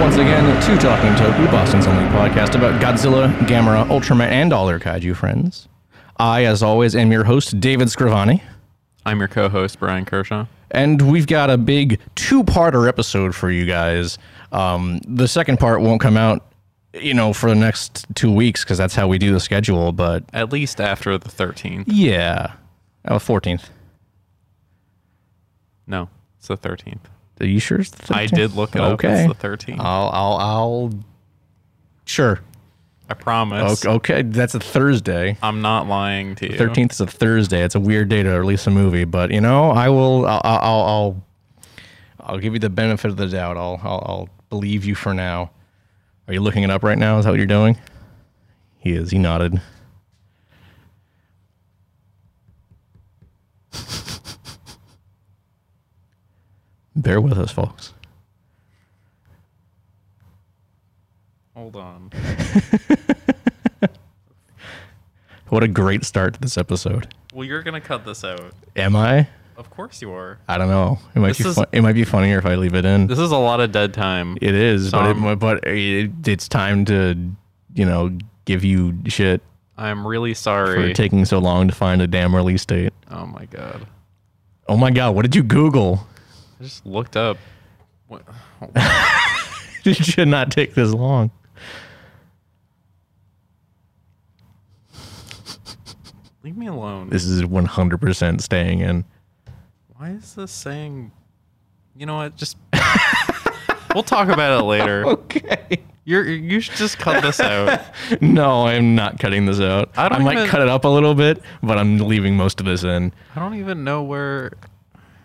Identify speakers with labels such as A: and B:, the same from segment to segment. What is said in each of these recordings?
A: once again to Talking Toku, Boston's only podcast about Godzilla, Gamera, Ultraman, and all their kaiju friends. I, as always, am your host, David Scrivani,
B: I'm your co-host Brian Kershaw.
A: and we've got a big two-parter episode for you guys. Um, the second part won't come out, you know, for the next two weeks because that's how we do the schedule. But
B: At least after the 13th.
A: yeah, oh, 14th.
B: No, it's the 13th.
A: Are you sure? It's the
B: I
A: 13th?
B: did look it up.
A: Okay.
B: It's the 13th.
A: I'll, I'll, I'll. Sure.
B: I promise.
A: Oh, Okay, okay, that's a Thursday.
B: I'm not lying to you.
A: Thirteenth is a Thursday. It's a weird day to release a movie, but you know, I will. I'll. I'll. I'll, I'll give you the benefit of the doubt. I'll, I'll. I'll believe you for now. Are you looking it up right now? Is that what you're doing? He is. He nodded. Bear with us, folks.
B: Hold on.
A: What a great start to this episode.
B: Well, you're going to cut this out.
A: Am I?
B: Of course you are.
A: I don't know. It might
B: This
A: be.
B: is-
A: Fu- it might be funnier if I leave it in.
B: This is a lot of dead time.
A: It is, but
B: Some-
A: it, but it, it's time to you know give you shit
B: I'm really
A: for
B: sorry.
A: taking so long to find a damn release date.
B: oh my god.
A: Oh my god, what did you Google?
B: I just looked up. What?
A: It should not take this long.
B: Leave me alone.
A: This is 100% staying in.
B: Why is this saying? You know what? Just we'll talk about it later.
A: Okay.
B: You're you should just cut this out.
A: No, I'm not cutting this out. I,
B: I don't
A: might
B: even-
A: cut it up a little bit, but I'm leaving most of this in.
B: I don't even know where.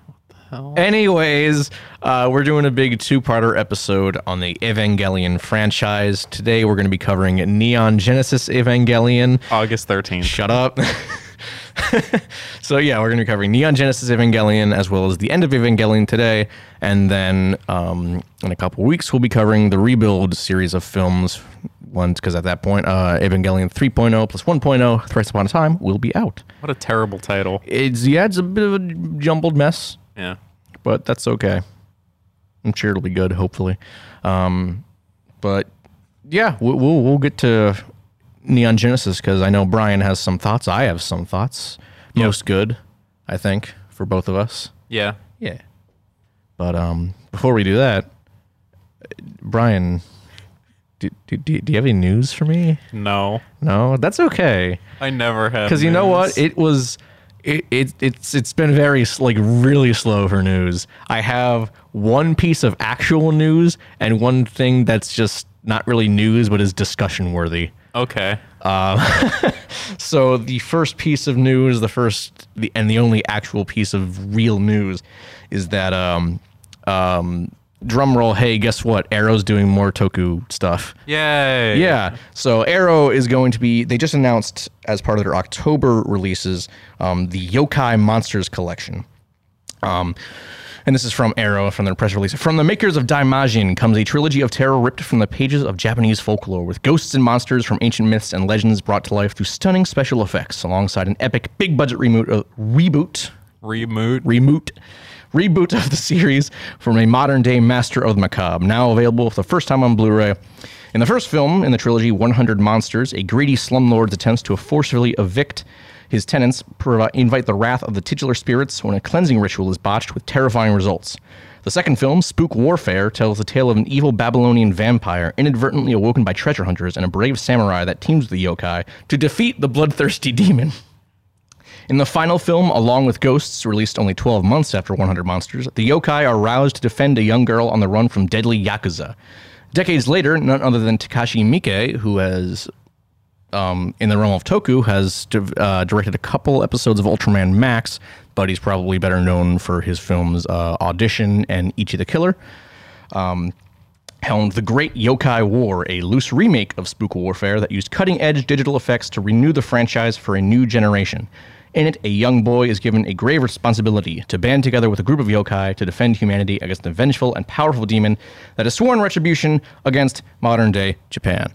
B: What the hell?
A: Anyways, uh, we're doing a big two-parter episode on the Evangelion franchise. Today we're going to be covering Neon Genesis Evangelion.
B: August 13th.
A: Shut up. so yeah, we're going to be covering Neon Genesis Evangelion as well as the end of Evangelion today, and then um, in a couple weeks we'll be covering the Rebuild series of films. Once, because at that point, uh, Evangelion 3.0 plus 1.0, Thrice Upon a Time, will be out.
B: What a terrible title.
A: It's yeah, it's a bit of a jumbled mess,
B: Yeah.
A: but that's okay. I'm sure it'll be good, hopefully. Um, but yeah, we- we'll we'll get to Neon Genesis because I know Brian has some thoughts. I have some thoughts. Most good, I think, for both of us.
B: Yeah.
A: Yeah. But um, before we do that, uh, Brian, do, do, do, do you have any news for me?
B: No.
A: No, that's okay.
B: I never have.
A: Because you know what, it was, it, it it's it's been very s- like really slow for news. I have one piece of actual news and one thing that's just not really news but is discussion worthy.
B: okay.
A: So the first piece of news, the first the, and the only actual piece of real news, is that um um drum roll. Hey, guess what? Arrow's doing more Toku stuff.
B: Yay.
A: Yeah. So Arrow is going to be. They just announced as part of their October releases um, the Yokai Monsters collection. Um, and this is from Arrow from their press release. From the makers of Daimajin comes a trilogy of terror ripped from the pages of Japanese folklore, with ghosts and monsters from ancient myths and legends brought to life through stunning special effects, alongside an epic big budget reboot, uh, reboot
B: Remoot.
A: remoot reboot of the series from a modern day master of the macabre now available for the first time on blu-ray in the first film in the trilogy 100 monsters a greedy slumlord attempts to forcefully evict his tenants provi- invite the wrath of the titular spirits when a cleansing ritual is botched with terrifying results the second film, Spook Warfare, tells the tale of an evil Babylonian vampire inadvertently awoken by treasure hunters and a brave samurai that teams with the yokai to defeat the bloodthirsty demon. In the final film, along with Ghosts, released only 12 months after 100 Monsters, the yokai are roused to defend a young girl on the run from deadly yakuza. Decades later, none other than Takashi Miike, who has, um, in the realm of Toku, has div- uh, directed a couple episodes of Ultraman Max, but he's probably better known for his films uh, Audition and Ichi the Killer helmed the Great Yokai War, a loose remake of Spook Warfare that used cutting edge digital effects to renew the franchise for a new generation. In it, a young boy is given a grave responsibility to band together with a group of yokai to defend humanity against the vengeful and powerful demon that has sworn retribution against modern day Japan.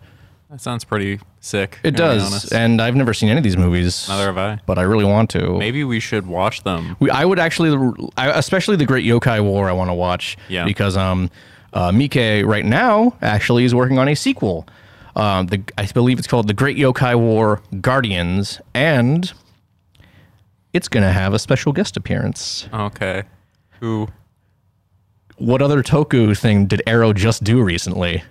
B: That sounds pretty sick.
A: It does, and I've never seen any of these movies.
B: Neither have I.
A: But I really want to.
B: Maybe we should watch them.
A: We, I would actually, I- especially the Great Yokai War, I want to watch.
B: Yeah.
A: Because um, Uh, Mike right now actually is working on a sequel. Um, the, I believe it's called The Great Yokai War Guardians, and it's going to have a special guest appearance.
B: Okay. Who?
A: What other Toku thing did Arrow just do recently?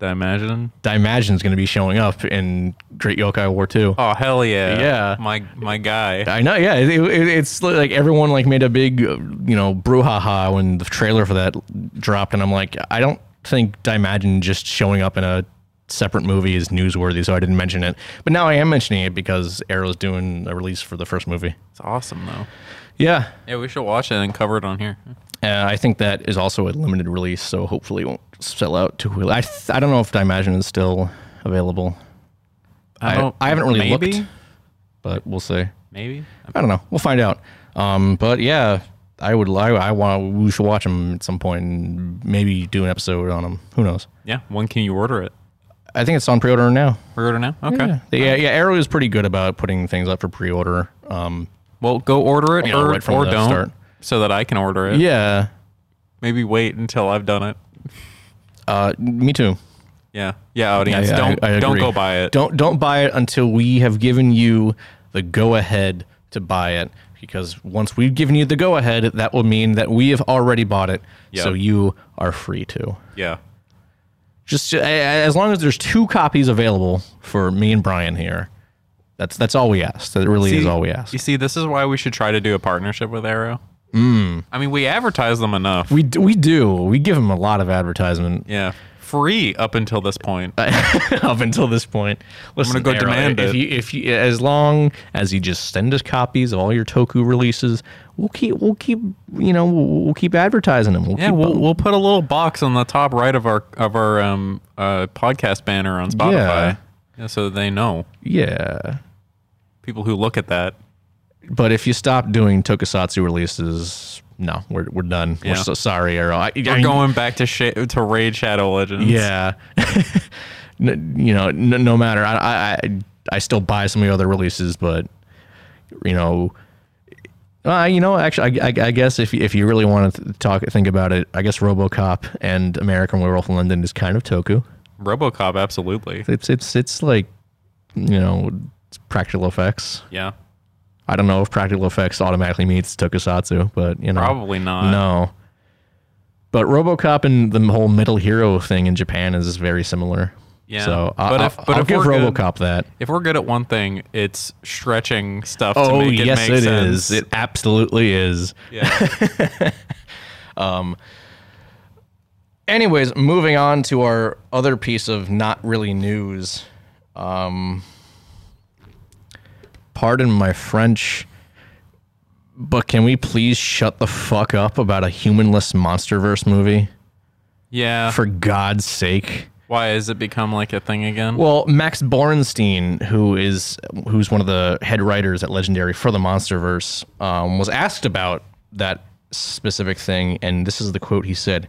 B: Did I imagine?
A: I imagine is going to be showing up in Great Yokai War 2.
B: Oh hell yeah!
A: Yeah.
B: My my guy.
A: I know, yeah. It, it, it's like everyone like made a big, uh, you know, brouhaha when the trailer for that dropped, and I'm like, I don't think Dimagine just showing up in a separate movie is newsworthy, so I didn't mention it. But now I am mentioning it because Arrow's doing a release for the first movie.
B: It's awesome though.
A: Yeah,
B: Yeah, we should watch it and cover it on here.
A: uh, I think that is also a limited release, so hopefully it won't sell out too quickly. I th- I don't know if Dimagine is still available. I-
B: don't-
A: I haven't really
B: Oh, maybe,
A: looked. but we'll see.
B: Maybe.
A: I don't know. We'll find out. Um, but yeah, I would. I, I want. We should watch them at some point and maybe do an episode on them. Who knows?
B: Yeah. When can you order it?
A: I think it's on pre-order now.
B: Order now. Okay.
A: Yeah, yeah. yeah, Arrow is pretty good about putting things up for pre-order. Um,
B: Well, go order it
A: Yeah,
B: or,
A: right from
B: or
A: the
B: don't,
A: start.
B: so that I can order it.
A: yeah.
B: Maybe wait until I've done it.
A: Uh, me too.
B: Yeah. Yeah, audience.
A: I- I-
B: don't
A: I agree.
B: don't go buy it.
A: Don't don't buy it until we have given you the go ahead to buy it. Because once we've given you the go ahead, that will mean that we have already bought it.
B: Yeah.
A: So you are free to.
B: Yeah.
A: just uh, as long as there's two copies available for me and Brian here. That's that's all we ask. That really is all we ask.
B: You see, this is why we should try to do a partnership with Arrow. Mm. I mean, we advertise them enough.
A: We d- we do. We give them a lot of advertisement
B: yeah. Free up until this point.
A: up until this point. Listen,
B: go demand
A: if
B: it.
A: You, if you, as long as you just send us copies of all your Toku releases, we'll keep we'll keep you know we'll, we'll keep advertising them. We'll
B: Yeah,
A: keep,
B: we'll, we'll put a little box on the top right of our of our um, uh, podcast banner on Spotify,
A: Yeah.
B: Yeah, so they know
A: yeah.
B: people who look at that.
A: But if you stop doing Tokusatsu releases, no, we're we're done. We're
B: Yeah.
A: so sorry, Arrow. I,
B: We're going back to sh- to Raid Shadow Legends.
A: Yeah. N- you know, n- no matter. I, I I- I still buy some of the other releases, but you know, uh, you know, actually, I, I, I guess if if you really want to talk, think about it, I guess RoboCop and American Werewolf in London is kind of toku.
B: RoboCop, absolutely.
A: It's it's it's like you know, it's practical effects.
B: Yeah,
A: I don't know if practical effects automatically means tokusatsu, but you know,
B: probably not.
A: no. But RoboCop and the whole metal hero thing in Japan is very similar.
B: Yeah.
A: So I,
B: But
A: but
B: if- but
A: I'll
B: if
A: give
B: we're good-
A: RoboCop that.
B: If we're good at one thing, it's stretching stuff.
A: Oh
B: to make it
A: yes,
B: make
A: it is.
B: sense.
A: It absolutely is.
B: yeah.
A: Anyways, moving on to our other piece of not really news. Um, pardon my French, but can we please shut the fuck up about a humanless MonsterVerse movie?
B: yeah.
A: For God's sake.
B: Why has it become like a thing again?
A: Well, Max Borenstein, who is who's one of the head writers at Legendary for the MonsterVerse, um, was asked about that specific thing, and this is the quote he said: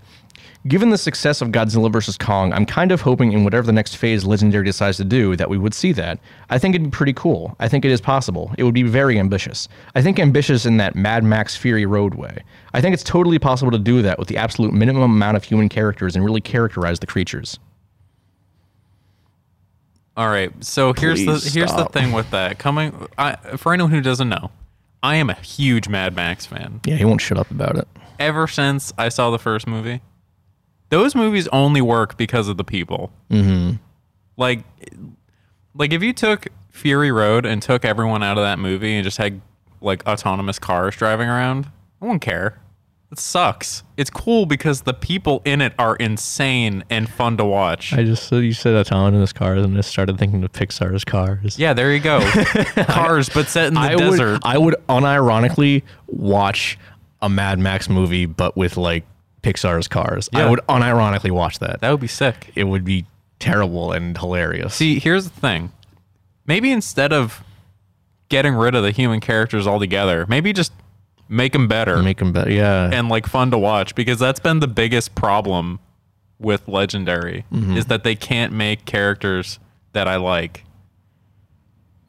A: "Given the success of Godzilla vs Kong, I'm kind of hoping in whatever the next phase Legendary decides to do that we would see that. I think it'd be pretty cool. I think it is possible. It would be very ambitious. I think ambitious in that Mad Max Fury roadway. I think it's totally possible to do that with the absolute minimum amount of human characters and really characterize the creatures."
B: All right. So here's the
A: Please
B: here's
A: stop.
B: the thing with that. Coming I, for anyone who doesn't know, I am a huge Mad Max fan.
A: Yeah, he won't shut up about it.
B: Ever since I saw the first movie, those movies only work because of the people. Mm-hmm. Like, like if you took Fury Road and took everyone out of that movie and just had like autonomous cars driving around, I wouldn't care. It sucks. It's cool because the people in it are insane and fun to watch.
A: I just said you said autonomous cars, and I started thinking of Pixar's cars.
B: Yeah, there you go. Cars, but set in the
A: I
B: desert.
A: would, I would unironically watch a Mad Max movie, but with like Pixar's cars.
B: Yeah.
A: I would unironically watch that.
B: That would be sick.
A: It would be terrible and hilarious.
B: See, here's the thing. Maybe instead of getting rid of the human characters altogether, maybe just make them better
A: make them better. Yeah,
B: and like fun to watch because that's been the biggest problem with Legendary
A: Mm-hmm.
B: is that they can't make characters that I like.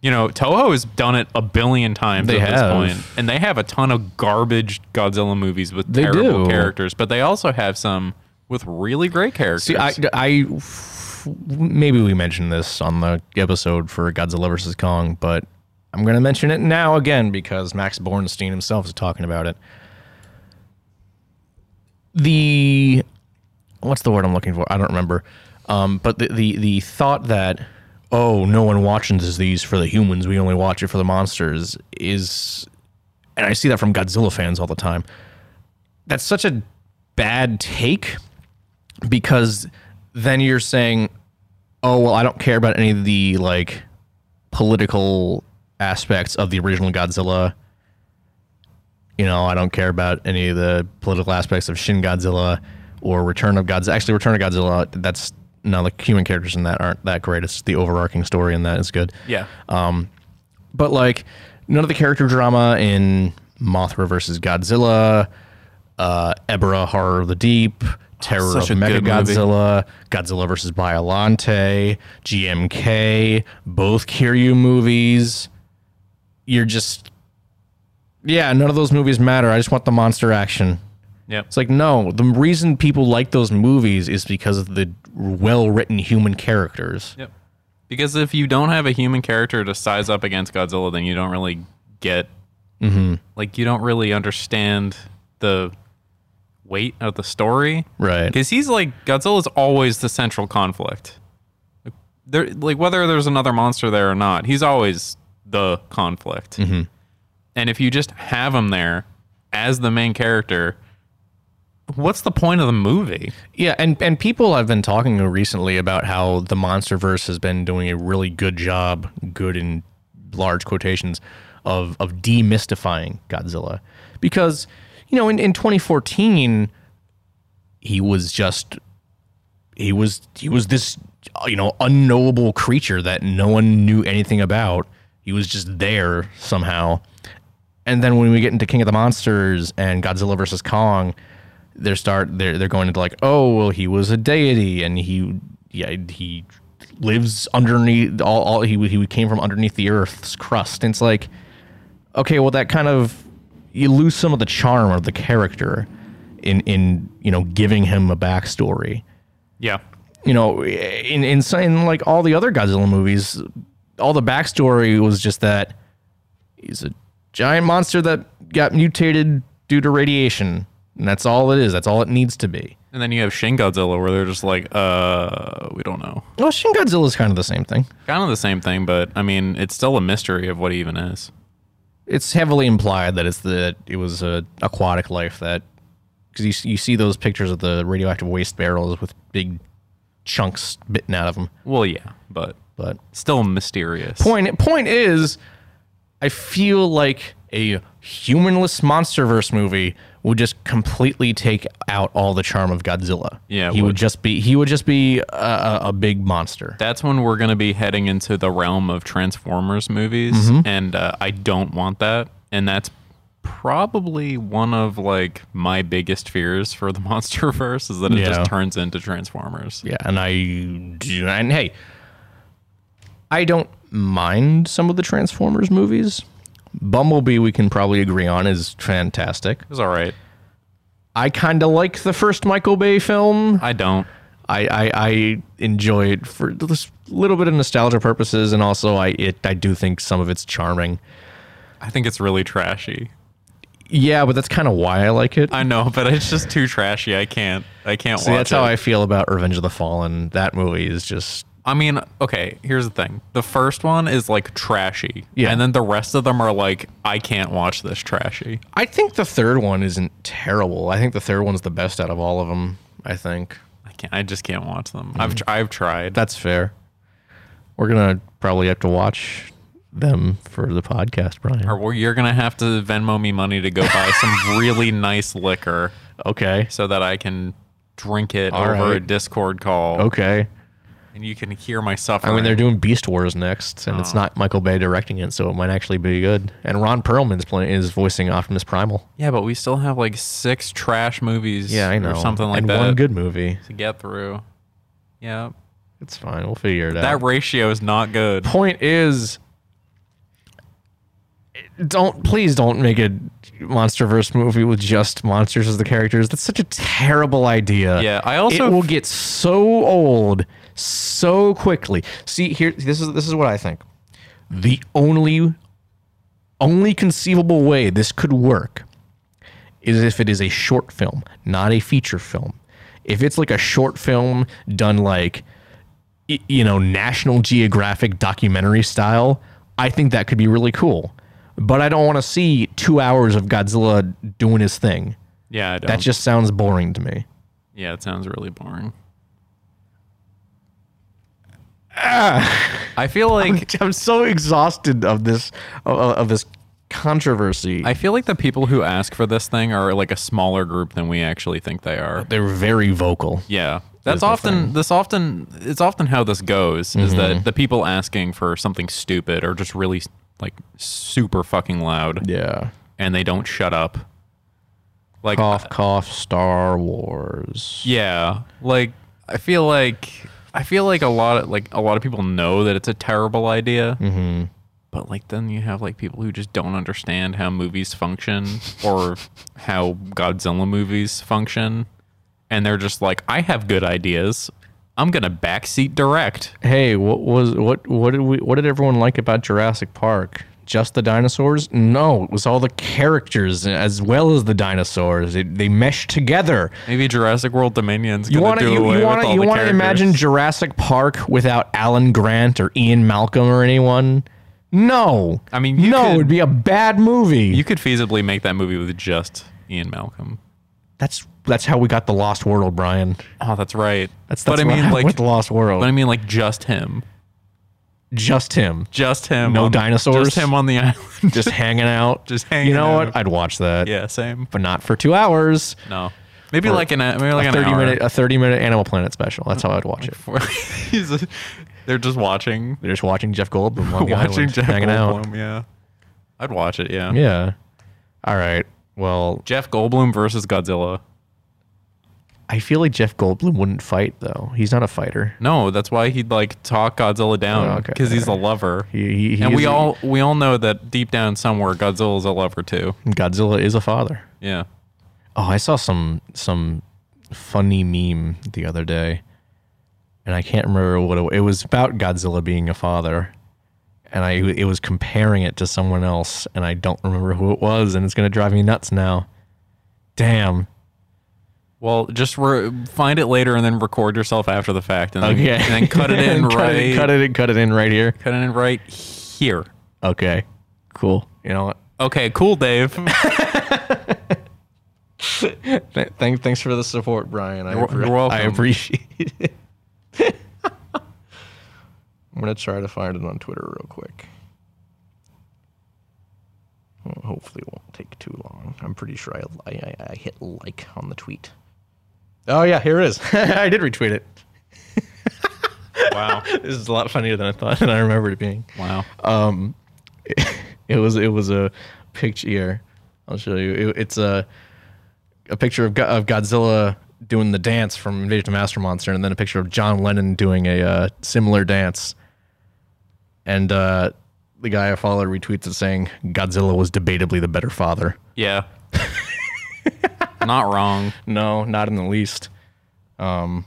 B: You know, Toho has done it a billion times
A: They
B: at
A: have.
B: this point, and they have a ton of garbage Godzilla movies with
A: They
B: terrible
A: do.
B: characters, but they also have some with really great characters.
A: See, I, I- f- maybe we mentioned this on the episode for Godzilla vs Kong, but I'm going to mention it now again because Max Bornstein himself is talking about it. The what's the word I'm looking for? I don't remember. Um, but the, the the thought that oh, no one watches these for the humans, we only watch it for the monsters is, and I see that from Godzilla fans all the time. That's such a bad take because then you're saying, "Oh well, I don't care about any of the like political aspects of the original Godzilla." You know, I don't care about any of the political aspects of Shin Godzilla or Return of Godzilla. Actually, Return of Godzilla, that's no, the human characters in that aren't that great. It's the overarching story in that is good
B: yeah,
A: Uh, but like none of the character drama in Mothra versus Godzilla, uh, Ebra Horror of the Deep, Terror
B: such
A: of
B: a good
A: Mechagodzilla, Godzilla versus Biolante, GMK, both Kiryu movies. You're just yeah, none of those movies matter. I just want the monster action.
B: yep.
A: It's like no, the reason people like those movies is because of the well-written human characters.
B: Yep. Because if you don't have a human character to size up against Godzilla, then you don't really get, like, you don't really understand the weight of the story.
A: Right.
B: Because he's like, Godzilla's always the central conflict. There, like, whether there's another monster there or not, he's always the conflict. And if you just have him there as the main character, what's the point of the movie?
A: Yeah, and and people have been talking recently about how the MonsterVerse has been doing a really good job, good in large quotations, of of demystifying Godzilla, because you know in, in 2014 he was just he was he was this you know unknowable creature that no one knew anything about. He was just there somehow. And then when we get into King of the Monsters and Godzilla versus Kong, they start they're they're going into like, oh well, he was a deity and he yeah he lives underneath all, all he he came from underneath the Earth's crust. And it's like, okay, well that kind of you lose some of the charm of the character in in you know giving him a backstory
B: Yeah.
A: you know, in in, so- in like all the other Godzilla movies, all the backstory was just that he's a giant monster that got mutated due to radiation, and that's all it is. That's all it needs to be.
B: And then you have Shin Godzilla, where they're just like, uh, we don't know.
A: Well, Shin Godzilla is kind of the same thing.
B: Kind of the same thing, but I mean, it's still a mystery of what he even is.
A: It's heavily implied that it's the it was a aquatic life that because you s- you see those pictures of the radioactive waste barrels with big chunks bitten out of them,
B: Well, yeah, but
A: but
B: still mysterious.
A: point point is I feel like a humanless monsterverse movie would just completely take out all the charm of Godzilla.
B: Yeah, it
A: he would.
B: would.
A: just be he would just be a, a, a big monster.
B: That's when we're going to be heading into the realm of Transformers movies,
A: Mm-hmm.
B: and uh, I don't want that. And that's probably one of like my biggest fears for the MonsterVerse is that it
A: Yeah.
B: just turns into Transformers.
A: Yeah, and I do and hey, I don't mind some of the Transformers movies. Bumblebee we can probably agree on is fantastic.
B: It's all right.
A: I kind of like the first Michael Bay film.
B: I don't.
A: I, I, I enjoy it for a little bit of nostalgia purposes, and also I it I do think some of it's charming.
B: I think it's really trashy.
A: Yeah, but that's kind of why I like it.
B: I know, but it's just too trashy. I can't. I can't
A: See,
B: watch
A: that's
B: it.
A: how I feel about Revenge of the Fallen. That movie is just
B: I mean, okay, here's the thing. The first one is like trashy.
A: Yeah.
B: And then the rest of them are like, I can't watch this trashy.
A: I think the third one isn't terrible. I think the third one's the best out of all of them. I think
B: I can't I just can't watch them. I've
A: Mm-hmm.
B: tr- I've tried.
A: that's fair. We're gonna probably have to watch them for the podcast, Brian.
B: or well, you're gonna have to Venmo me money to go buy some really nice liquor
A: Okay,
B: so that I can drink it
A: All
B: over a
A: right.
B: Discord call
A: okay.
B: and you can hear my suffering.
A: I mean, they're doing Beast Wars next, and it's not Michael Bay directing it, so it might actually be good. And Ron Perlman's playing is voicing Optimus Primal.
B: yeah, but we still have like six trash movies
A: Yeah, I know.
B: or something like
A: and
B: that
A: One good movie.
B: to get through. Yeah.
A: It's fine. We'll figure it out.
B: That ratio is not good.
A: point is don't please don't make a MonsterVerse movie with just monsters as the characters. That's such a terrible idea.
B: Yeah, I also
A: it will
B: f-
A: get so old so quickly. See here, this is this is what I think. The only only conceivable way this could work is if it is a short film, not a feature film. If it's like a short film done like y- you know, National Geographic documentary style, I think that could be really cool. But I don't want to see two hours of Godzilla doing his thing.
B: yeah, I don't.
A: That just sounds boring to me.
B: yeah, it sounds really boring. I feel like
A: Ah. I'm so exhausted of this of, of this controversy.
B: I feel like the people who ask for this thing are like a smaller group than we actually think they are.
A: They're very vocal.
B: Yeah. That's
A: the
B: often this often it's often how this goes is
A: Mm-hmm.
B: that the people asking for something stupid are just really like super fucking loud
A: Yeah.
B: and they don't shut up. Like
A: Cough, cough. Star Wars.
B: Yeah, like I feel like I feel like a lot of like a lot of people know that it's a terrible idea. Mm-hmm. But like then you have like people who just don't understand how movies function or how Godzilla movies function, and they're just like, I have good ideas. I'm gonna backseat direct.
A: Hey, what was what? What did we? What did everyone like about Jurassic Park? Just the dinosaurs? No, it was all the characters as well as the dinosaurs. It, they meshed together.
B: Maybe Jurassic World Dominion's
A: You
B: gonna
A: want to
B: do
A: you,
B: away
A: you
B: with
A: want to
B: all
A: you
B: the
A: want to
B: characters.
A: imagine Jurassic Park without Alan Grant or Ian Malcolm or anyone? No,
B: I mean, you
A: no,
B: could-
A: it'd be a bad movie.
B: you could feasibly make that movie with just Ian Malcolm.
A: that's that's how we got the Lost World, Brian.
B: Oh, that's right.
A: That's
B: but
A: that's
B: I
A: what
B: mean,
A: happened
B: like,
A: with the Lost World,
B: but I mean, like, just him.
A: just him,
B: Just him.
A: No
B: on-
A: dinosaurs?
B: Just him on the island.
A: just hanging out,
B: Just
A: You
B: hanging
A: know
B: out.
A: what? I'd watch that,
B: yeah, same.
A: but not for two hours.
B: No. Maybe like an maybe like
A: a
B: an
A: thirty
B: hour.
A: minute a thirty minute Animal Planet special. That's how I'd watch it.
B: He's a- they're just watching,
A: They're just watching Jeff Goldblum on the
B: watching
A: island,
B: Jeff
A: hanging out.
B: Goldblum. Yeah, I'd watch it. Yeah.
A: Yeah. All right. Well,
B: Jeff Goldblum versus Godzilla.
A: I feel like Jeff Goldblum wouldn't fight though. He's not a fighter.
B: No, that's why he'd like talk Godzilla down
A: Oh, okay.
B: because he's a lover.
A: He, he, he
B: and
A: is
B: we
A: a-
B: all we all know that deep down somewhere Godzilla's a lover too.
A: Godzilla is a father.
B: Yeah.
A: Oh, I saw some some funny meme the other day, and I can't remember what it, it was about. Godzilla being a father, and I it was comparing it to someone else, and I don't remember who it was, and it's gonna drive me nuts now. Damn.
B: Well, just re- find it later and then record yourself after the fact and then,
A: Okay.
B: and then cut it in
A: cut
B: right
A: It, cut it in. Cut it in right here.
B: cut it in right here.
A: Okay. Cool. You know what?
B: Okay, cool, Dave.
A: Th- thank, thanks for the support, Brian. I
B: You're-
A: appre-
B: you're welcome.
A: I appreciate it. I'm gonna try to find it on Twitter real quick. Well, hopefully, it won't take too long. I'm pretty sure I, I, I, I hit like on the tweet. Oh yeah, here it is. I did retweet it.
B: wow.
A: This is a lot funnier than I thought, than I remembered it being.
B: Wow.
A: It was it was a picture. Here, I'll show you. It- it's a a picture of, Go- of Godzilla doing the dance from Invasion of the Master Monster, and then a picture of John Lennon doing a uh, similar dance. And uh, the guy I follow retweets it saying Godzilla was debatably the better father.
B: Yeah. Not wrong.
A: No, not in the least. Um,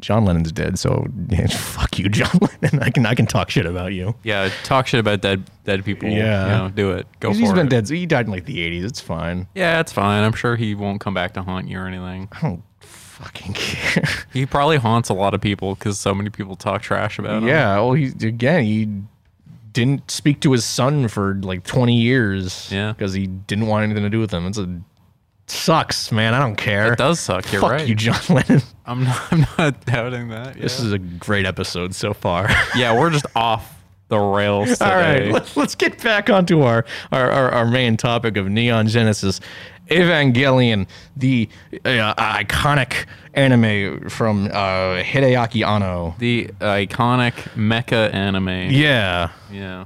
A: John Lennon's dead, so fuck you, John Lennon. I can I can talk shit about you.
B: Yeah, talk shit about dead dead people.
A: Yeah.
B: You know, do it. Go
A: He's
B: for
A: been
B: it.
A: dead. He died in like the '80s. It's fine.
B: Yeah, it's fine. I'm sure he won't come back to haunt you or anything.
A: I don't fucking care.
B: He probably haunts a lot of people because so many people talk trash about him.
A: Yeah. Well, he again he didn't speak to his son for like 20 years.
B: Yeah.
A: Because he didn't want anything to do with him. It's a sucks, man. I don't care.
B: It does suck. You're
A: Fuck
B: right.
A: you, John Lennon.
B: I'm, not, I'm not doubting that. Yeah.
A: This is a great episode so far.
B: yeah, we're just off the rails today.
A: All right, let's, let's get back onto our, our, our, our main topic of Neon Genesis Evangelion, the uh, iconic anime from uh, Hideaki Anno.
B: The iconic mecha anime.
A: Yeah,
B: Yeah.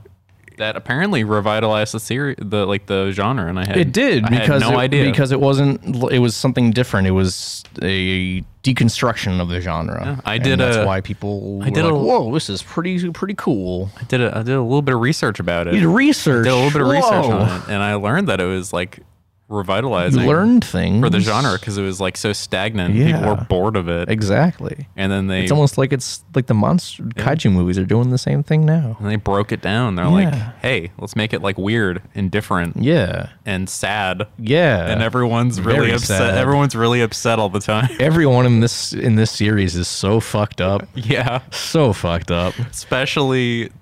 B: that apparently revitalized the series, the like the genre, and I had
A: It did
B: I had
A: because
B: no
A: it,
B: idea
A: because it wasn't it was something different. It was a deconstruction of the genre.
B: I
A: And
B: did
A: That's
B: a-
A: why people. I
B: did a-
A: Whoa, this is pretty pretty cool.
B: I did a, I did a little bit of research about it.
A: You did research.
B: did a little bit of research
A: Whoa.
B: on it, and I learned that it was like revitalizing
A: Learned things
B: for the genre because it was like so stagnant. People
A: Yeah.
B: were bored of it,
A: Exactly.
B: and then they
A: It's almost like it's like the monster kaiju movies are doing the same thing now.
B: and they broke it down. They're
A: Yeah.
B: like, "Hey, let's make it like weird and different
A: Yeah.
B: and sad."
A: Yeah.
B: And everyone's really
A: Very
B: upset.
A: sad.
B: Everyone's really upset all the time.
A: Everyone in this in this series is so fucked up.
B: yeah,
A: So fucked up.
B: especially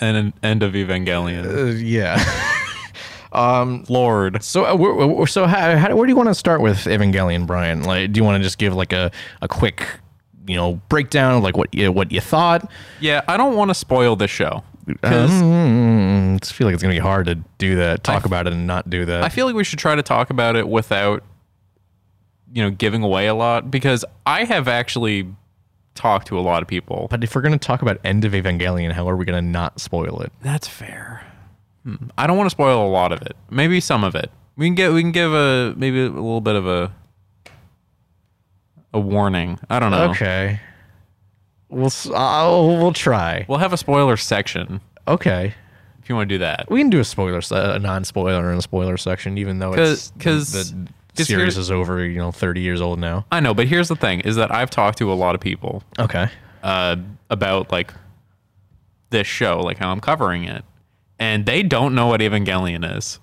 B: an, an end of Evangelion.
A: Uh, yeah.
B: Lord,
A: So uh, we're, we're- so how, how, where do you want to start with Evangelion, Brian? Like, do you want to just give like a, a quick, you know, breakdown of like what you, what you thought?
B: yeah, I don't want to spoil this show. 'Cause
A: Mm, I just feel like it's gonna be hard to do that, talk about it, and not do that.
B: I feel like we should try to talk about it without, you know, giving away a lot because I have actually talked to a lot of people.
A: but if we're gonna talk about end of Evangelion, how are we gonna not spoil it?
B: That's fair. Hmm. I don't want to spoil a lot of it. Maybe some of it. We can get. We can give a maybe a little bit of a a warning. I don't know.
A: Okay. We'll s- I'll, we'll try.
B: We'll have a spoiler section
A: Okay.
B: if you want to do that.
A: We can do a spoiler, se- a non-spoiler and a spoiler section, even though it's
B: 'Cause- 'cause-
A: the,
B: 'cause
A: series
B: here-
A: is over, you know, thirty years old now.
B: I know, but here's the thing: is that I've talked to a lot of people
A: Okay.
B: uh, about like this show, like how I'm covering it, and they don't know what Evangelion is.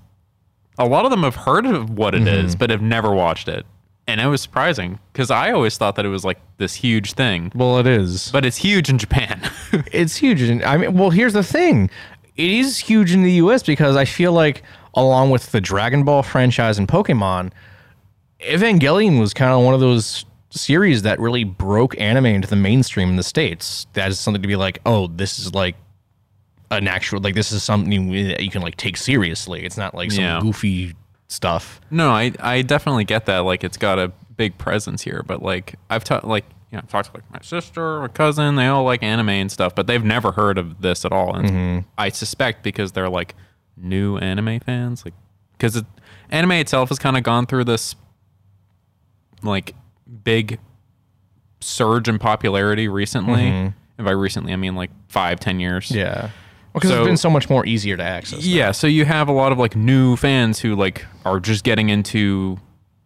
B: A lot of them have heard of what it is, but have never watched it, and it was surprising because I always thought that it was like this huge thing,
A: Well, it is.
B: but it's huge in Japan.
A: it's huge. In, I mean, well, here's the thing: it is huge in the U.S. because I feel like, along with the Dragon Ball franchise and Pokemon, Evangelion was kind of one of those series that really broke anime into the mainstream in the states. That is something to be like, oh, this is like an actual like this is something that you can like take seriously. It's not like some
B: Yeah.
A: goofy stuff.
B: no, I I definitely get that. Like, it's got a big presence here, but like I've talked like. You know, I've talked to like my sister, my cousin. They all like anime and stuff, but they've never heard of this at all. And I suspect because they're like new anime fans, like because it, anime itself has kind of gone through this like big surge in popularity recently. And by recently, I mean like five, ten years.
A: Yeah, because
B: So-
A: it's been so much more easier to access.
B: Yeah, so you have a lot of like new fans who like are just getting into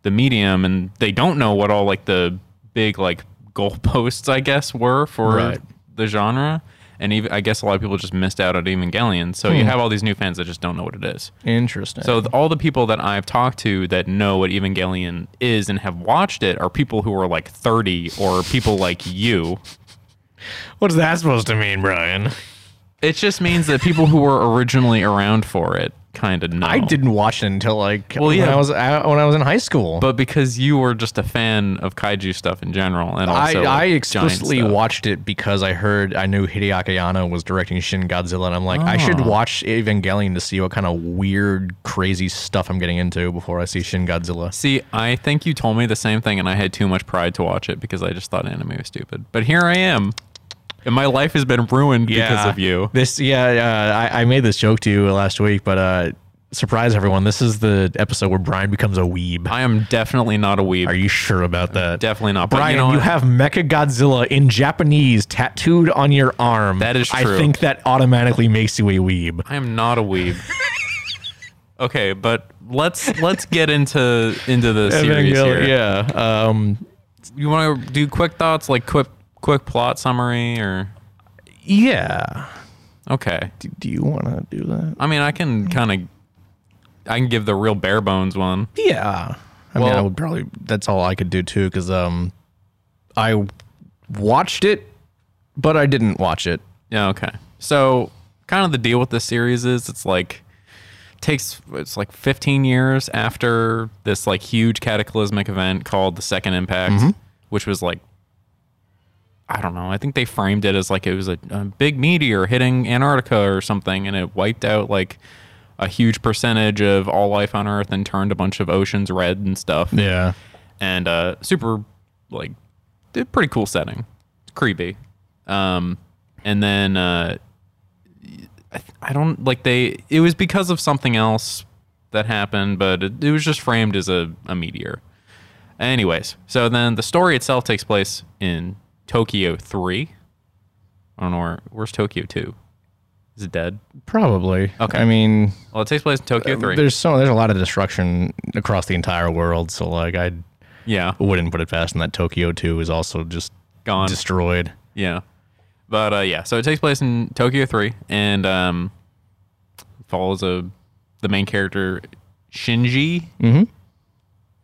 B: the medium and they don't know what all like the big like goalposts I guess were for
A: Right.
B: the genre. And even I guess a lot of people just missed out on Evangelion. So
A: Hmm.
B: you have all these new fans that just don't know what it is.
A: Interesting.
B: So th- all the people that I've talked to that know what Evangelion is and have watched it are people who are like 30 or people like you.
A: what's that supposed to mean, Brian?
B: It just means that people who were originally around for it kind of know.
A: I didn't watch it until like
B: Well,
A: when
B: yeah.
A: I was I, when I was in high school.
B: but because you were just a fan of kaiju stuff in general, and
A: I,
B: also uh,
A: I
B: giant
A: explicitly
B: stuff.
A: watched it because I heard I knew Hideaki Anno was directing Shin Godzilla, and I'm like, I should
B: Oh.
A: watch Evangelion to see what kind of weird, crazy stuff I'm getting into before I see Shin Godzilla.
B: See, I think you told me the same thing, and I had too much pride to watch it because I just thought anime was stupid. But here I am, and my life has been ruined because of you.
A: This, yeah, uh, I, I made this joke to you last week, but uh, surprise everyone, this is the episode where Brian becomes a weeb.
B: I am definitely not a weeb.
A: Are you sure about that?
B: definitely not? But
A: Brian,
B: you,
A: you,
B: know what?
A: have Mecha Godzilla in Japanese tattooed on your arm.
B: That is
A: I
B: true.
A: think that automatically makes you a weeb.
B: I am not a weeb. okay, but let's let's get into into the series here.
A: Yeah. Um,
B: You want to do quick thoughts, like quick quick plot summary, or
A: yeah.
B: okay?
A: Do, do you want to do that?
B: I mean, I can kind of, I can give the real bare bones one.
A: Yeah. I mean,
B: Well-
A: I would probably. That's all I could do too, because um, I watched it, but I didn't watch it.
B: Yeah, okay. So, kind of the deal with this series is it's like takes it's like 15 years after this like huge cataclysmic event called the Second Impact, which was like I don't know. I think they framed it as like it was a, a big meteor hitting Antarctica or something, and it wiped out like a huge percentage of all life on Earth and turned a bunch of oceans red and stuff.
A: Yeah.
B: and uh, super like a pretty cool setting, creepy. Um, and then uh, I, I don't like they. It was because of something else that happened, but it, it was just framed as a, a meteor. Anyways, so then the story itself takes place in Tokyo three. I don't know where. Where's Tokyo two? Is it dead?
A: Probably.
B: Okay.
A: I mean,
B: Well, it takes place in Tokyo three.
A: there's so there's a lot of destruction across the entire world. So like, I
B: yeah,
A: wouldn't put it past, and that Tokyo too is also just
B: gone.
A: destroyed.
B: Yeah. But uh, yeah, so it takes place in Tokyo 3 and um, follows a the main character Shinji. Mm-hmm.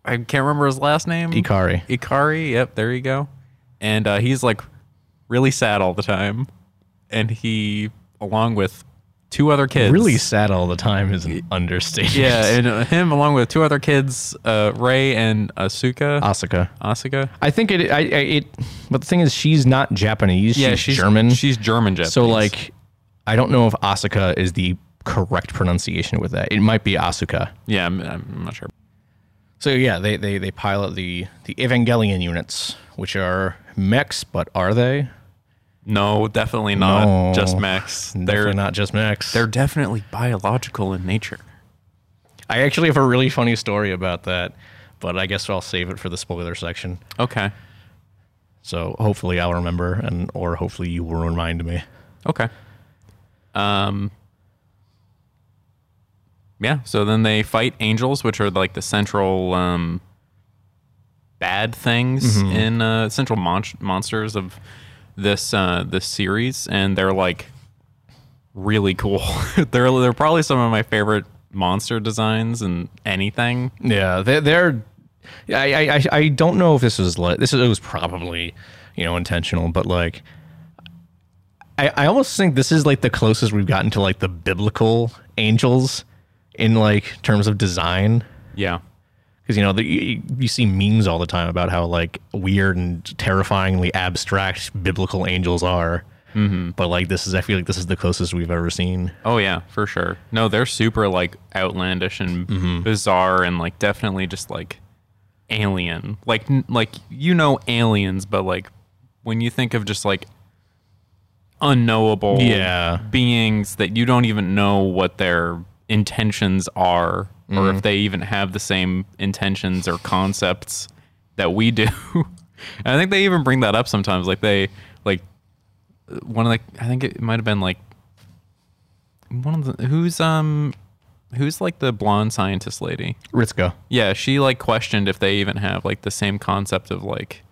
B: I can't remember his last name.
A: Ikari.
B: Ikari. Yep, there you go. And uh, he's like really sad all the time, and he, along with two other kids,
A: Really sad all the time is an understatement.
B: yeah, and uh, him along with two other kids, uh, Ray and Asuka,
A: Asuka.
B: Asuka.
A: I think it. I, I it. But the thing is, she's not Japanese.
B: Yeah,
A: she's, German.
B: She's German Japanese.
A: so like, I don't know if Asuka is the correct pronunciation with that. It might be Asuka.
B: yeah, I'm, I'm not sure.
A: So yeah, they they they pilot the the Evangelion units, which are mechs, but are they?
B: No, definitely not
A: No.
B: just mechs.
A: They're
B: They're
A: not just mechs.
B: they're definitely biological in nature.
A: I actually have a really funny story about that, but I guess I'll save it for the spoiler section.
B: Okay.
A: So hopefully I'll remember, and or hopefully you will remind me.
B: Okay. Um Yeah, so then they fight angels, which are like the central um bad things
A: Mm-hmm.
B: in uh central mon- monsters of this uh this series and they're like really cool. they're they're probably some of my favorite monster designs and anything.
A: Yeah, they're. they're I, I I- I don't know if this was like this. Is, it was probably you know intentional, but like. I, I almost think this is like the closest we've gotten to like the biblical angels in like terms of design
B: Yeah.
A: because you know the, you, you see memes all the time about how like weird and terrifyingly abstract biblical angels are mm-hmm. but like this is i feel like this is the closest we've ever seen
B: Oh yeah, for sure. No, they're super like outlandish and bizarre and like definitely just like alien. Like n- like you know aliens, but like when you think of just like unknowable
A: Yeah.
B: beings that you don't even know what their intentions are or if they even have the same intentions or concepts that we do. and I think they even bring that up sometimes like they like one of the I think it might have been like one of the who's um who's like the blonde scientist lady
A: ritzko
B: yeah she like questioned if they even have like the same concept of like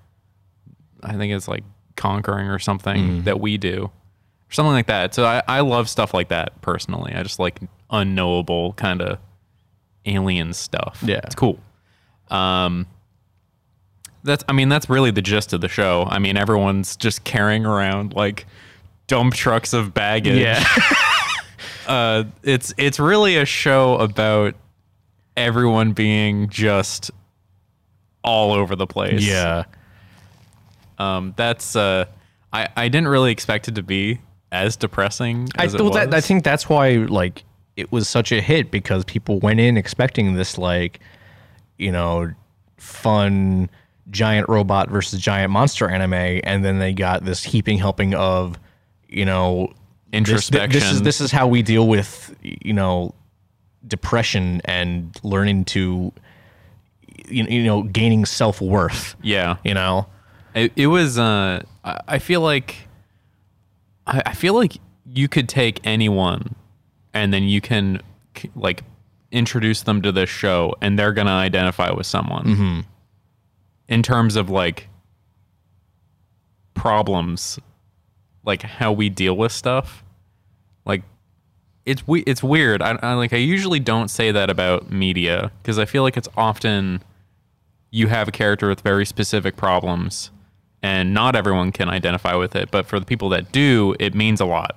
B: i think it's like conquering or something
A: Mm-hmm.
B: that we do or something like that so i i love stuff like that personally i just like unknowable kind of alien stuff
A: Yeah.
B: it's cool um that's i mean that's really the gist of the show i mean everyone's just carrying around like dump trucks of baggage uh, it's it's really a show about everyone being just all over the place.
A: yeah
B: Um, that's uh, I I didn't really expect it to be as depressing
A: I,
B: as it
A: well,
B: was.
A: that, I think that's why like it was such a hit because people went in expecting this like you know fun giant robot versus giant monster anime and then they got this heaping helping of you know this- th- This, is
B: Introspection.
A: this is how we deal with you know depression and learning to you, you know gaining self-worth
B: yeah.
A: you know
B: It, it was. Uh, I, I feel like. I, I feel like you could take anyone, and then you can c- like introduce them to this show, and they're gonna identify with someone.
A: Mm-hmm.
B: In terms of like problems, like how we deal with stuff, like. It's we it's weird. I, I like I usually don't say that about media because I feel like it's often you have a character with very specific problems and not everyone can identify with it but for the people that do it means a lot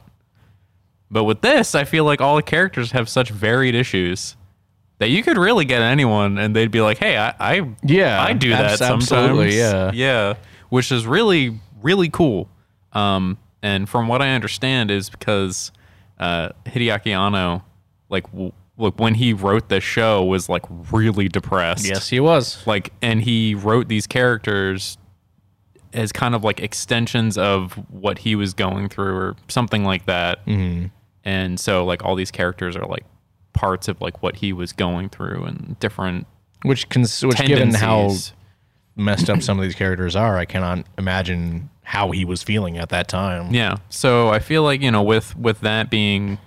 B: but with this i feel like all the characters have such varied issues that you could really get anyone and they'd be like hey i i,
A: Yeah,
B: I do that
A: abs-
B: sometimes
A: absolutely, yeah.
B: yeah which is really really cool um and from what i understand is because uh hideaki anno like w- look when he wrote this show was like really depressed
A: he was
B: like and he wrote these characters as
A: Mm-hmm.
B: kind of like extensions of what he was going through or something like that and so like all these characters are like parts of like what he was going through and different
A: Which, cons- which given
B: tendencies.
A: how messed up some of these characters are, I cannot imagine how he was feeling at that time.
B: Yeah. So I feel like you know, with with that being,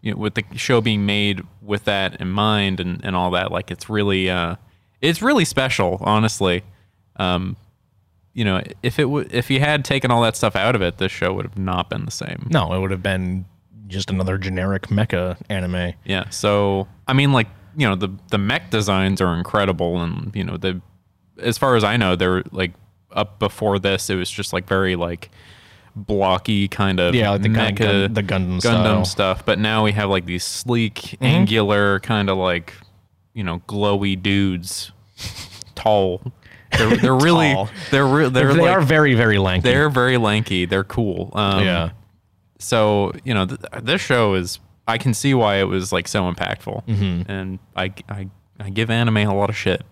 B: you know, with the show being made with that in mind and and all that, like it's really uh, it's really special, honestly. Um, you know, if it would if you had taken all that stuff out of it, this show would have not been the same.
A: No, it would have been just another generic mecha anime.
B: Yeah. So I mean, like you know, the the mech designs are incredible, and you know, the as far as I know, they're like up before this, it was just like very like blocky kind of
A: Yeah, like the Gun- Gun- the Gundam style. Mm-hmm.
B: stuff. But now we have like these sleek, angular kind of like you know, glowy dudes, tall. They're, they're really
A: Tall.
B: they're re- they're
A: They
B: like,
A: are very, very lanky.
B: they're very lanky. They're cool. Um,
A: yeah.
B: so you know th- this show is i can see why it was like so impactful and I, I i give anime a lot of shit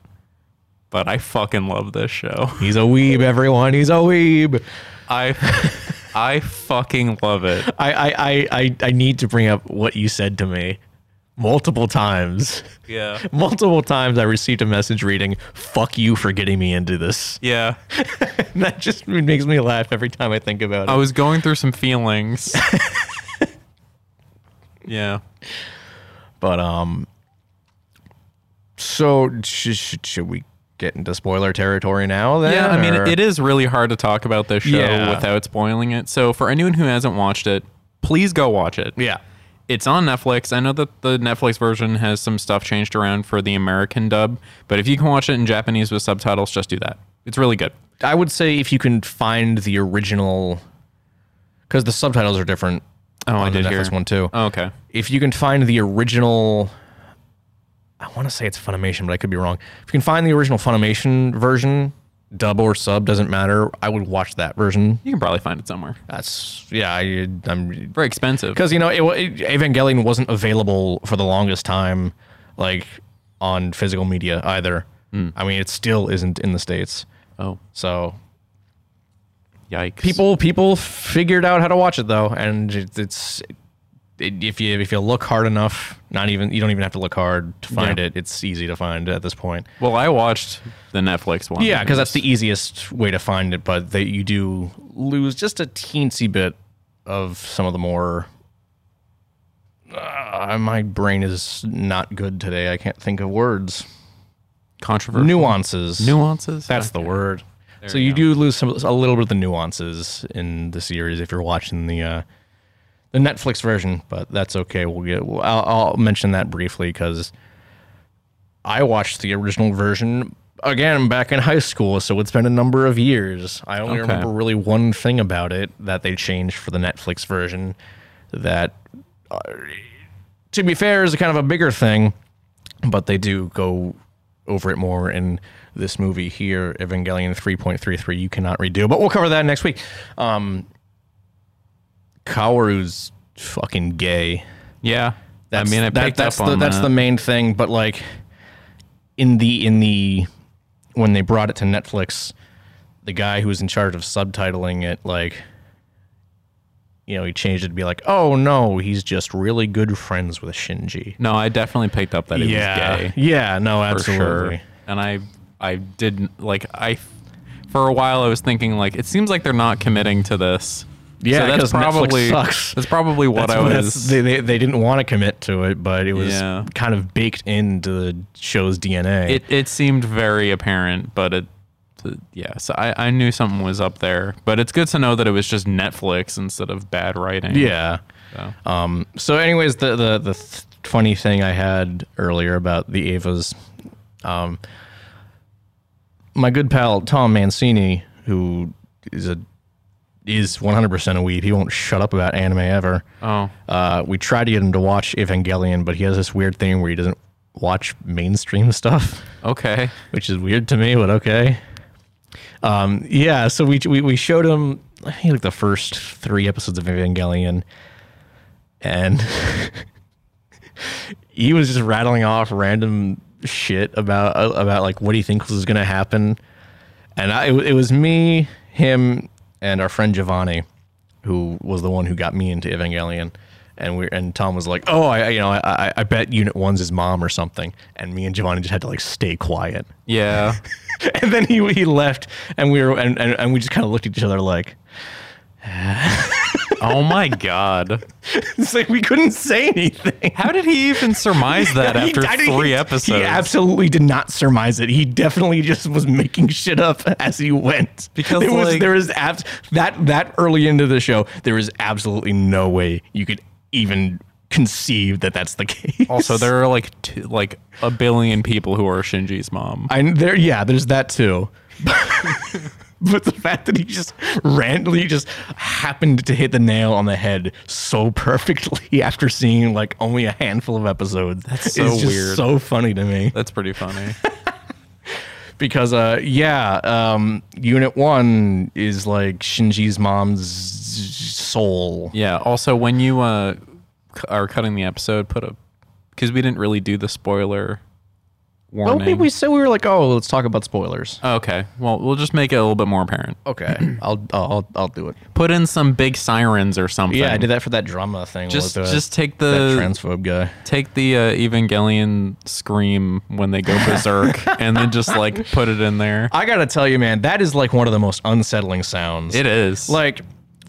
B: but i fucking love this show
A: He's a weeb, everyone. He's a weeb.
B: i i fucking love it
A: I, I, I, I, I need to bring up what you said to me multiple times.
B: yeah
A: Multiple times I received a message reading, fuck you for getting me into this.
B: yeah
A: that just makes me laugh every time I think about
B: i
A: it.
B: was going through some feelings yeah
A: But, um, so sh- sh- should we get into spoiler territory now then?
B: yeah i mean
A: or-
B: it is really hard to talk about this show
A: Yeah.
B: without spoiling it so for anyone who hasn't watched it please go watch it
A: Yeah.
B: it's on Netflix. I know that the Netflix version has some stuff changed around for the American dub, but if you can watch it in Japanese with subtitles, just do that. It's really good.
A: I would say if you can find the original, because the subtitles are different.
B: Oh, I
A: on
B: did
A: the Netflix
B: hear.
A: one too.
B: Oh, okay.
A: if you can find the original I want to say it's Funimation, but I could be wrong. If you can find the original Funimation version, dub or sub doesn't matter. I would watch that version.
B: You can probably find it somewhere.
A: That's yeah, I, I'm
B: Very expensive.
A: because you know it, wa- it, Evangelion wasn't available for the longest time, like on physical media either. I mean, it still isn't in the states.
B: Oh,
A: So
B: yikes.
A: people people figured out how to watch it though, and it, it's it, if you if you look hard enough, not even you don't even have to look hard to find
B: Yeah.
A: it. It's easy to find at this point.
B: Well, I watched the Netflix one.
A: Yeah, because that's the easiest way to find it, but they, you do lose just a teensy bit of some of the more. Uh, my brain is not good today. I can't think of words.
B: controversial
A: Nuances.
B: nuances.
A: That's the word. so you do lose some a little bit of the nuances in the series if you're watching the uh, the Netflix version, but that's okay. We'll get. I'll, I'll mention that briefly because I watched the original version again back in high school, so it's been a number of years. I only
B: Okay.
A: remember really one thing about it that they changed for the Netflix version. That, uh, to be fair, is kind of a bigger thing but they do go over it more in this movie here, Evangelion 3.33. You cannot redo, but we'll cover that next week. Um, Kaoru's fucking gay.
B: yeah.
A: That's-
B: I mean, I
A: that-
B: picked
A: that's
B: up
A: the,
B: on
A: that's
B: that.
A: the main thing. But like in the in the when they brought it to Netflix, the guy who was in charge of subtitling it, like you know, he changed it to be like, oh no, he's just really good friends with Shinji.
B: No, I definitely picked up that it was gay.
A: yeah, no,
B: for
A: absolutely.
B: sure. And I I didn't like I for a while I was thinking like it seems like they're not committing to this.
A: Yeah,
B: so that's
A: 'cause Netflix
B: probably
A: sucks.
B: that's probably what
A: That's
B: I
A: what-
B: was.
A: that's- they, they, they didn't want to commit to it, but it was
B: Yeah.
A: kind of baked into the show's DNA.
B: it it seemed very apparent, but it th- yeah. So I I knew something was up there, but it's good to know that it was just Netflix instead of bad writing.
A: yeah.
B: So.
A: Um. So, anyways, the the the th- funny thing I had earlier about the Avas, um, my good pal Tom Mancini, who is a is 100% a weeb. He won't shut up about anime ever.
B: Oh.
A: Uh, we tried to get him to watch Evangelion, but he has this weird thing where he doesn't watch mainstream stuff.
B: Okay.
A: which is weird to me, but okay. Um, yeah, so we, we we showed him I think like the first three episodes of Evangelion, and he was just rattling off random shit about about like what he thinks is going to happen, and I it, was me, him, and our friend Giovanni, who was the one who got me into Evangelion, and we and Tom was like, "Oh, I I- you know, I, I, I bet Unit One's his mom or something." And me and Giovanni just had to like stay quiet.
B: Yeah.
A: And then he he left, and we were and and, and we just kind of looked at each other like,
B: oh my god.
A: it's like we couldn't say anything.
B: How did he even surmise that
A: He-
B: after
A: I didn't-
B: three
A: he-
B: episodes?
A: he absolutely did not surmise it. He definitely just was making shit up as he went.
B: Because,
A: there was
B: like-
A: there is abs- that that early into the show, there is absolutely no way you could even conceive that that's the case.
B: also, there are like two, like a billion people who are Shinji's mom.
A: I there yeah, there's that too. but the fact that he just randomly just happened to hit the nail on the head so perfectly after seeing like only a handful of episodes that's
B: so
A: just
B: weird.
A: so funny to me
B: That's pretty funny.
A: because uh yeah um unit 1 is like Shinji's mom's soul
B: yeah. Also, when you uh, c- are cutting the episode, put a because we didn't really do the spoiler
A: oh
B: warning. Oh,
A: maybe we said we were like oh let's talk about spoilers
B: okay. Well, we'll just make it a little bit more apparent.
A: okay I'll, I'll I'll do it
B: Put in some big sirens or something.
A: yeah I did that for that drama thing
B: Just
A: with, uh,
B: just take
A: that
B: the
A: transphobe guy
B: take the uh, Evangelion scream when they go berserk, and then just like put it in there.
A: I gotta tell you, man, that is like one of the most unsettling sounds.
B: It is
A: Like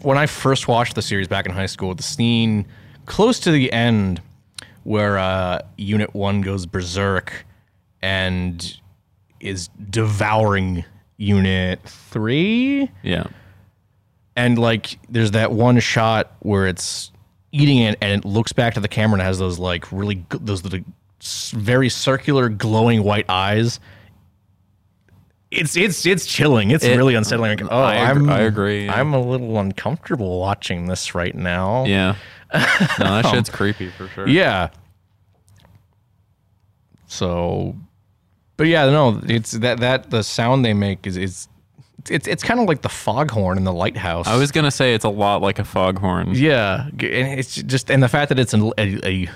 A: when I first watched the series back in high school, the scene close to the end where uh, Unit One goes berserk and is devouring Unit Three,
B: yeah.
A: and like there's that one shot where it's eating it and it looks back to the camera and has those like really g- those the very circular glowing white eyes. It's it's it's chilling. It's
B: It-
A: really unsettling. Like, oh,
B: I ag-
A: am
B: I agree, yeah.
A: I'm a little uncomfortable watching this right now.
B: Yeah. No, that shit's creepy for sure.
A: Yeah. So, but yeah, no, it's that that the sound they make is is it's it's kind of like the foghorn in the lighthouse.
B: I was gonna say it's a lot like a foghorn.
A: Yeah, g- and it's just and the fact that it's an, a, a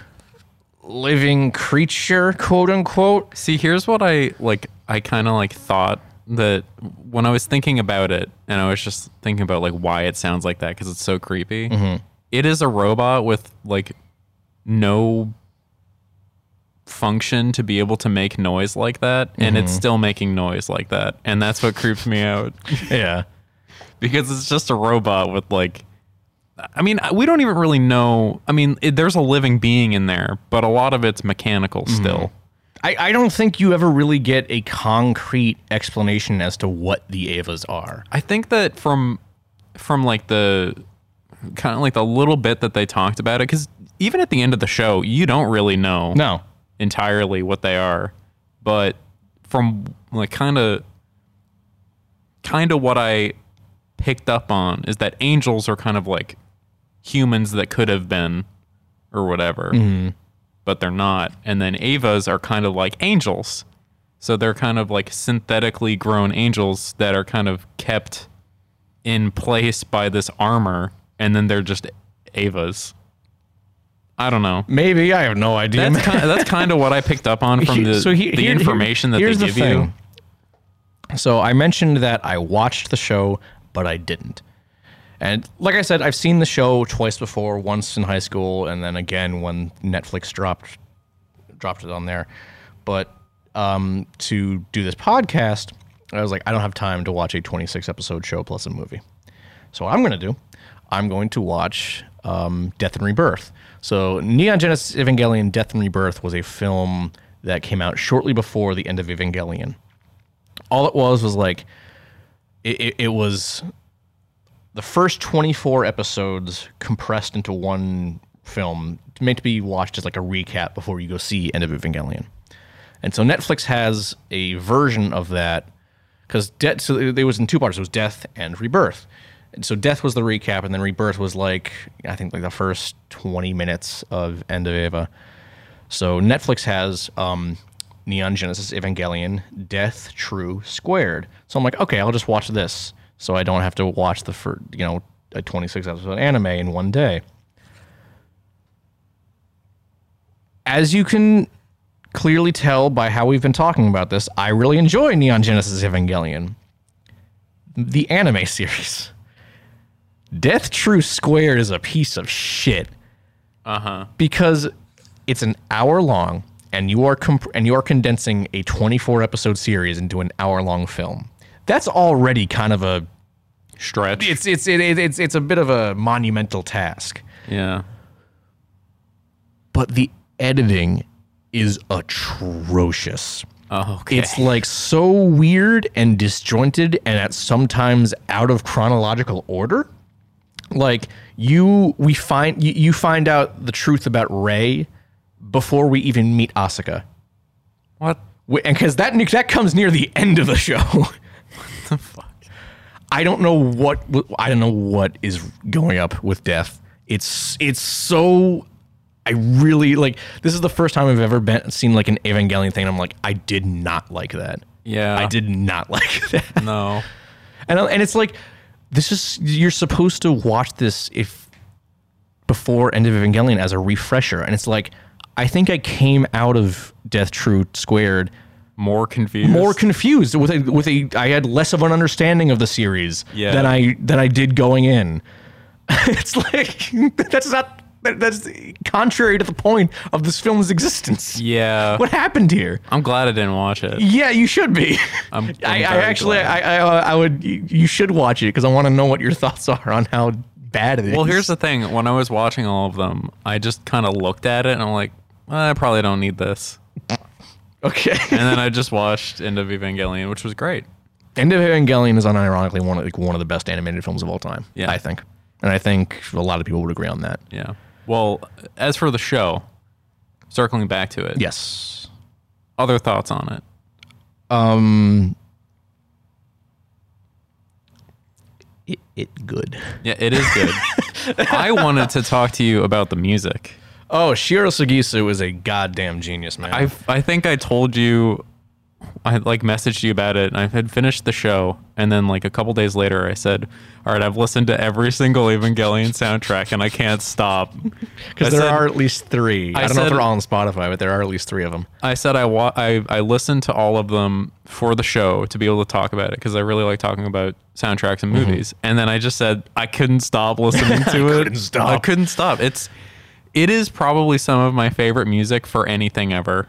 A: living creature, quote unquote.
B: See, here's what I like. I kind of like thought that when I was thinking about it, and I was just thinking about like why it sounds like that because it's so creepy. It is a robot with like no function to be able to make noise like that, and it's still making noise like that, and that's what creeps me out.
A: Yeah,
B: because it's just a robot with like i mean we don't even really know i mean it, there's a living being in there but a lot of it's mechanical still
A: I, I don't think you ever really get a concrete explanation as to what the Avas are.
B: i think that from from like the kind of like the little bit that they talked about it because even at the end of the show you don't really know
A: No,
B: entirely what they are but from like kind of kind of what i picked up on is that angels are kind of like humans that could have been or whatever but they're not and then avas are kind of like angels so they're kind of like synthetically grown angels that are kind of kept in place by this armor and then they're just avas i don't know
A: maybe I have no idea.
B: that's kind, that's kind of what I picked up on from
A: He-
B: the,
A: he- here-
B: the
A: here-
B: information that
A: here's
B: they
A: the
B: give you.
A: thing. So I mentioned that I watched the show, but I didn't. And like I said, I've seen the show twice before, once in high school, and then again when Netflix dropped dropped it on there. But um, to do this podcast, I was like, I don't have time to watch a 26 episode show plus a movie. So what I'm going to do, I'm going to watch um, Death and Rebirth. So Neon Genesis Evangelion Death and Rebirth was a film that came out shortly before the end of Evangelion. All it was was like, it, it, it was the first 24 episodes compressed into one film meant to be watched as like a recap before you go see End of Evangelion. And so Netflix has a version of that because death. So it it was in two parts. It was death and rebirth. And so death was the recap, and then rebirth was like I think like the first twenty minutes of End of Eva. So Netflix has um, Neon Genesis Evangelion Death True Squared. So I'm like, okay, I'll just watch this, so I don't have to watch the first, you know a 26 episode anime in one day. As you can clearly tell by how we've been talking about this, I really enjoy Neon Genesis Evangelion, the anime series. Death True Squared is a piece of shit. because it's an hour long and you are comp- and you are condensing a 24 episode series into an hour long film. That's already kind of a
B: Stretch.
A: it's it's it, it, it's it's a bit of a monumental task.
B: yeah.
A: But the editing is atrocious.
B: Oh, okay.
A: It's like so weird and disjointed and at sometimes out of chronological order. Like you we find you, you find out the truth about Ray before we even meet Asuka.
B: what
A: Wh- and because that that comes near the end of the show. what the fuck? I don't know what I don't know what is going up with death. It's it's so. I really like. This is the first time I've ever been seen like an Evangelion thing. and I'm like, I did not like that.
B: Yeah.
A: I did not like that.
B: No.
A: And I- and it's like this is you're supposed to watch this if before end of Evangelion as a refresher. And it's like I think I came out of Death True Squared
B: More confused.
A: more confused with a with a I had less of an understanding of the series
B: Yeah.
A: than I than I did going in. it's like that's not that, that's contrary to the point of this film's existence.
B: Yeah.
A: What happened here?
B: I'm glad I didn't watch it.
A: Yeah, you should be.
B: I'm- I'm
A: I, I
B: very
A: actually,
B: glad.
A: I, I, uh, I would. You you should watch it because I want to know what your thoughts are on how bad it is.
B: Well, here's the thing. When I was watching all of them, I just kind of looked at it and I'm like, I probably don't need this.
A: okay.
B: And then I just watched End of Evangelion, which was great.
A: End of Evangelion is unironically one of like, one of the best animated films of all time.
B: Yeah.
A: I think, and I think a lot of people would agree on that.
B: Yeah. Well, as for the show, circling back to it,
A: Yes.
B: other thoughts on it?
A: It, it good.
B: Yeah, it is good. I wanted to talk to you about the music.
A: Oh, Shiro Sugisu is a goddamn genius, man.
B: I I think I told you I had, like messaged you about it and I had finished the show and then like a couple days later I said, "All right, I've listened to every single Evangelion soundtrack and I can't stop." I
A: because there
B: said-
A: are at least three. I, don't know if
B: said-
A: they're all on Spotify, but there are at least three of them.
B: I said I wa- I I listened to all of them for the show to be able to talk about it cuz I really like talking about soundtracks and
A: Mm-hmm.
B: movies. And then I just said I couldn't stop listening to it.
A: couldn't stop.
B: I couldn't stop. It's it is probably some of my favorite music for anything ever.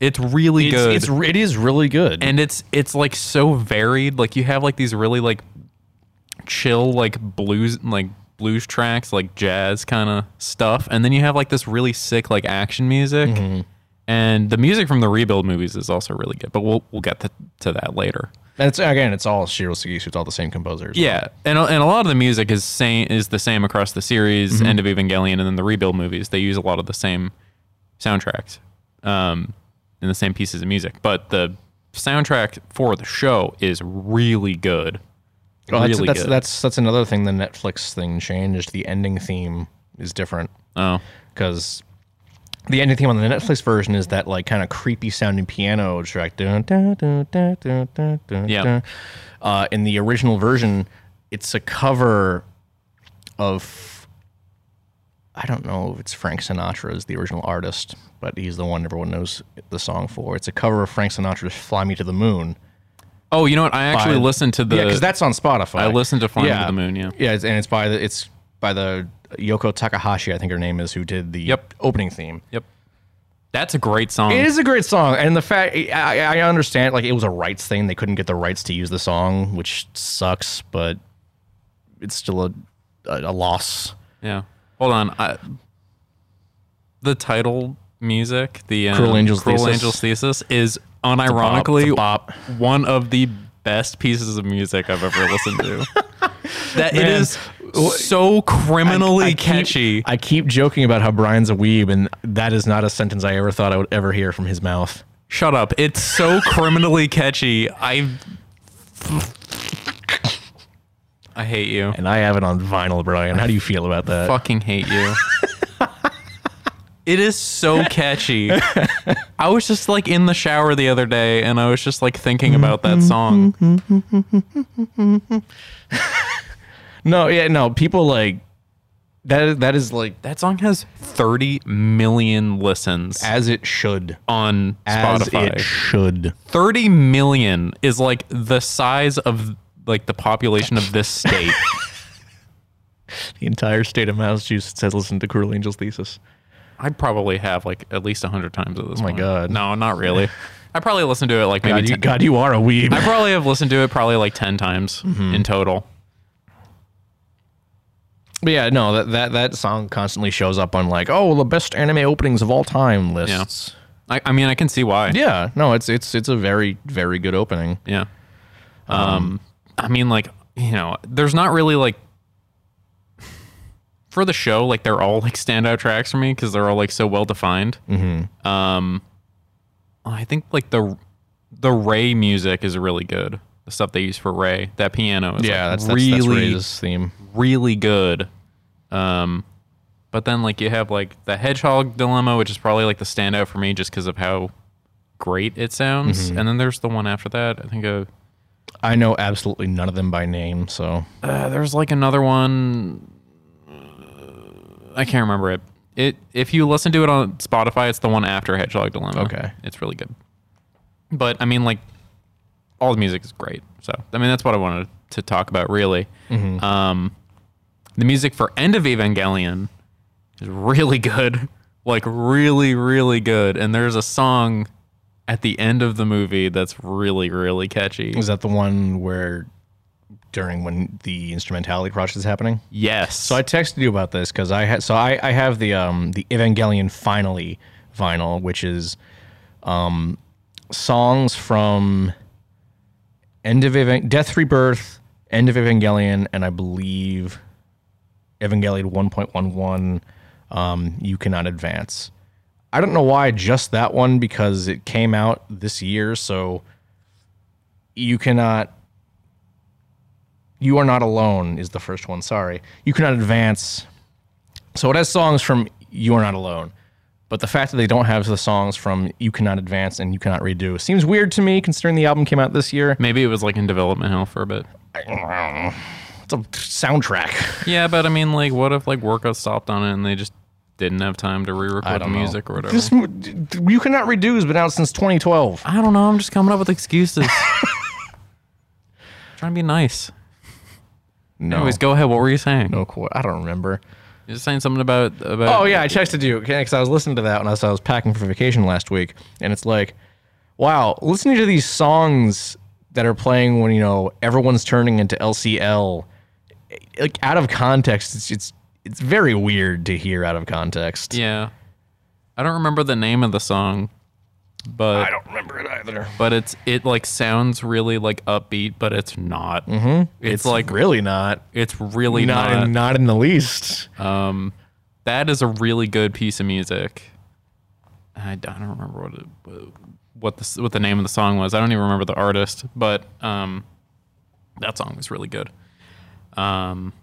B: It's really
A: It's,
B: good.
A: it's it is really good.
B: and it's it's like so varied like you have like these really like chill like blues like blues tracks like jazz kind of stuff and then you have like this really sick like action music and the music from the rebuild movies is also really good but we'll we'll get to, to that later
A: And it's again, it's all Shiro Sugisu. It's all the same composers.
B: yeah and, and a lot of the music is same is the same across the series
A: Mm-hmm.
B: end of evangelion and then the rebuild movies they use a lot of the same soundtracks um and the same pieces of music but the soundtrack for the show is really good
A: Well, that's,
B: really
A: that's,
B: good.
A: that's that's another thing the Netflix thing changed. The ending theme is different
B: oh
A: because the ending theme on the Netflix version is that like kind of creepy sounding piano track. Dun, dun, dun, dun, dun, dun, dun,
B: Yeah.
A: dun. Uh, in the original version, it's a cover of I don't know if it's Frank Sinatra is the original artist, but he's the one everyone knows the song for. It's a cover of Frank Sinatra's "Fly Me to the Moon."
B: oh you know what i actually
A: Fine.
B: listened to the
A: yeah, because that's on Spotify.
B: i listened to flying to the moon yeah
A: Yeah, it's, and it's by the it's by the Yoko Takahashi, I think her name is, who did the
B: Yep.
A: opening theme.
B: yep that's a great song
A: It is a great song, and the fact I, I understand like it was a rights thing; they couldn't get the rights to use the song, which sucks, but it's still a a, a loss.
B: yeah hold on I, the title music the um,
A: Cruel Angel's
B: Cruel
A: Thesis.
B: Angel's Thesis is
A: Bop, it's a
B: unironically
A: bop.
B: one of the best pieces of music I've ever listened to. that it is so criminally
A: I keep-
B: catchy.
A: I keep joking about how Brian's a weeb, and that is not a sentence I ever thought I would ever hear from his mouth.
B: Shut up. It's so criminally catchy. I I hate you.
A: And I have it on vinyl, Brian. How do you feel about that?
B: fucking hate you. it is so catchy. I was just like in the shower the other day and I was just like thinking about that
A: Mm-hmm.
B: song.
A: No, yeah, no. People like that. That is like
B: That song has 30 million listens
A: as it should.
B: on
A: As
B: Spotify.
A: it should.
B: 30 million is like the size of like the population of this state.
A: The entire state of Massachusetts has listened to Cruel Angel's thesis.
B: I probably have like at least hundred times at this. Oh
A: my God.
B: No, not really. I probably listened to it like maybe.
A: God, you,
B: 10
A: God, you are a weeb.
B: I probably have listened to it probably like ten times
A: Mm-hmm.
B: in total.
A: But yeah, no, that, that that song constantly shows up on like, oh, the best anime openings of all time lists.
B: I, I mean, I can see why.
A: Yeah. no, it's it's it's a very very good opening.
B: Yeah. Um, I mean, like you know, there's not really like for the show, like they're all like standout tracks for me because they're all like so well defined. Mm-hmm. Um, I think like the the Ray music is really good. The stuff they use for Ray, that piano is
A: Yeah,
B: like,
A: that's that's,
B: really
A: that's Ray's theme.
B: really good. Um, but then like you have like the Hedgehog Dilemma, which is probably like the standout for me just because of how great it sounds.
A: Mm-hmm.
B: And then there's the one after that. I think uh,
A: I know absolutely none of them by name, so
B: uh, there's like another one. uh, I can't remember it. It if you listen to it on Spotify, it's the one after Hedgehog Dilemma.
A: Okay.
B: it's really good. But I mean, like all the music is great. So I mean, that's what I wanted to talk about. Really,
A: Mm-hmm.
B: um, the music for End of Evangelion is really good. Like really, really good. And there's a song at the end of the movie that's really, really catchy.
A: is that the one where during when the instrumentality project is happening?
B: Yes.
A: So I texted you about this because I had so I, I have the um the Evangelion finally vinyl, which is um songs from End of Evan- Death Rebirth, End of Evangelion, and I believe Evangelion one point one one. Um, you cannot advance. I don't know why just that one because it came out this year, so you cannot you Are Not Alone is the first one. Sorry. You Cannot Advance. So it has songs from You Are Not Alone. But the fact that they don't have the songs from You Cannot Advance and You Cannot Redo seems weird to me considering the album came out this year.
B: Maybe it was like in development hell for a bit.
A: It's a soundtrack.
B: Yeah, but I mean, like, what if like workout stopped on it and they just didn't have time to re-record the
A: don't know.
B: music or whatever?
A: This, mo- you Cannot Redo has been out since 2012.
B: I don't know. I'm just coming up with excuses. Trying to be nice.
A: No.
B: Anyways, go ahead. What were you saying?
A: no qu- I don't remember.
B: You're saying something about about.
A: Oh yeah, I texted you because I was listening to that when I was, I was packing for vacation last week, and it's like, wow, listening to these songs that are playing when you know everyone's turning into LCL, like out of context, it's it's it's very weird to hear out of context.
B: Yeah. I don't remember the name of the song, but
A: I don't remember it either.
B: but it's it like sounds really like upbeat, but it's not. Mm-hmm. It's,
A: It's
B: like
A: like really not,
B: it's really
A: not Uh,
B: not
A: in, not in the least.
B: that is a really good piece of music. I don't I don't remember what it, what the what the name of the song was. I don't even remember the artist, but um, that song was really good. Um,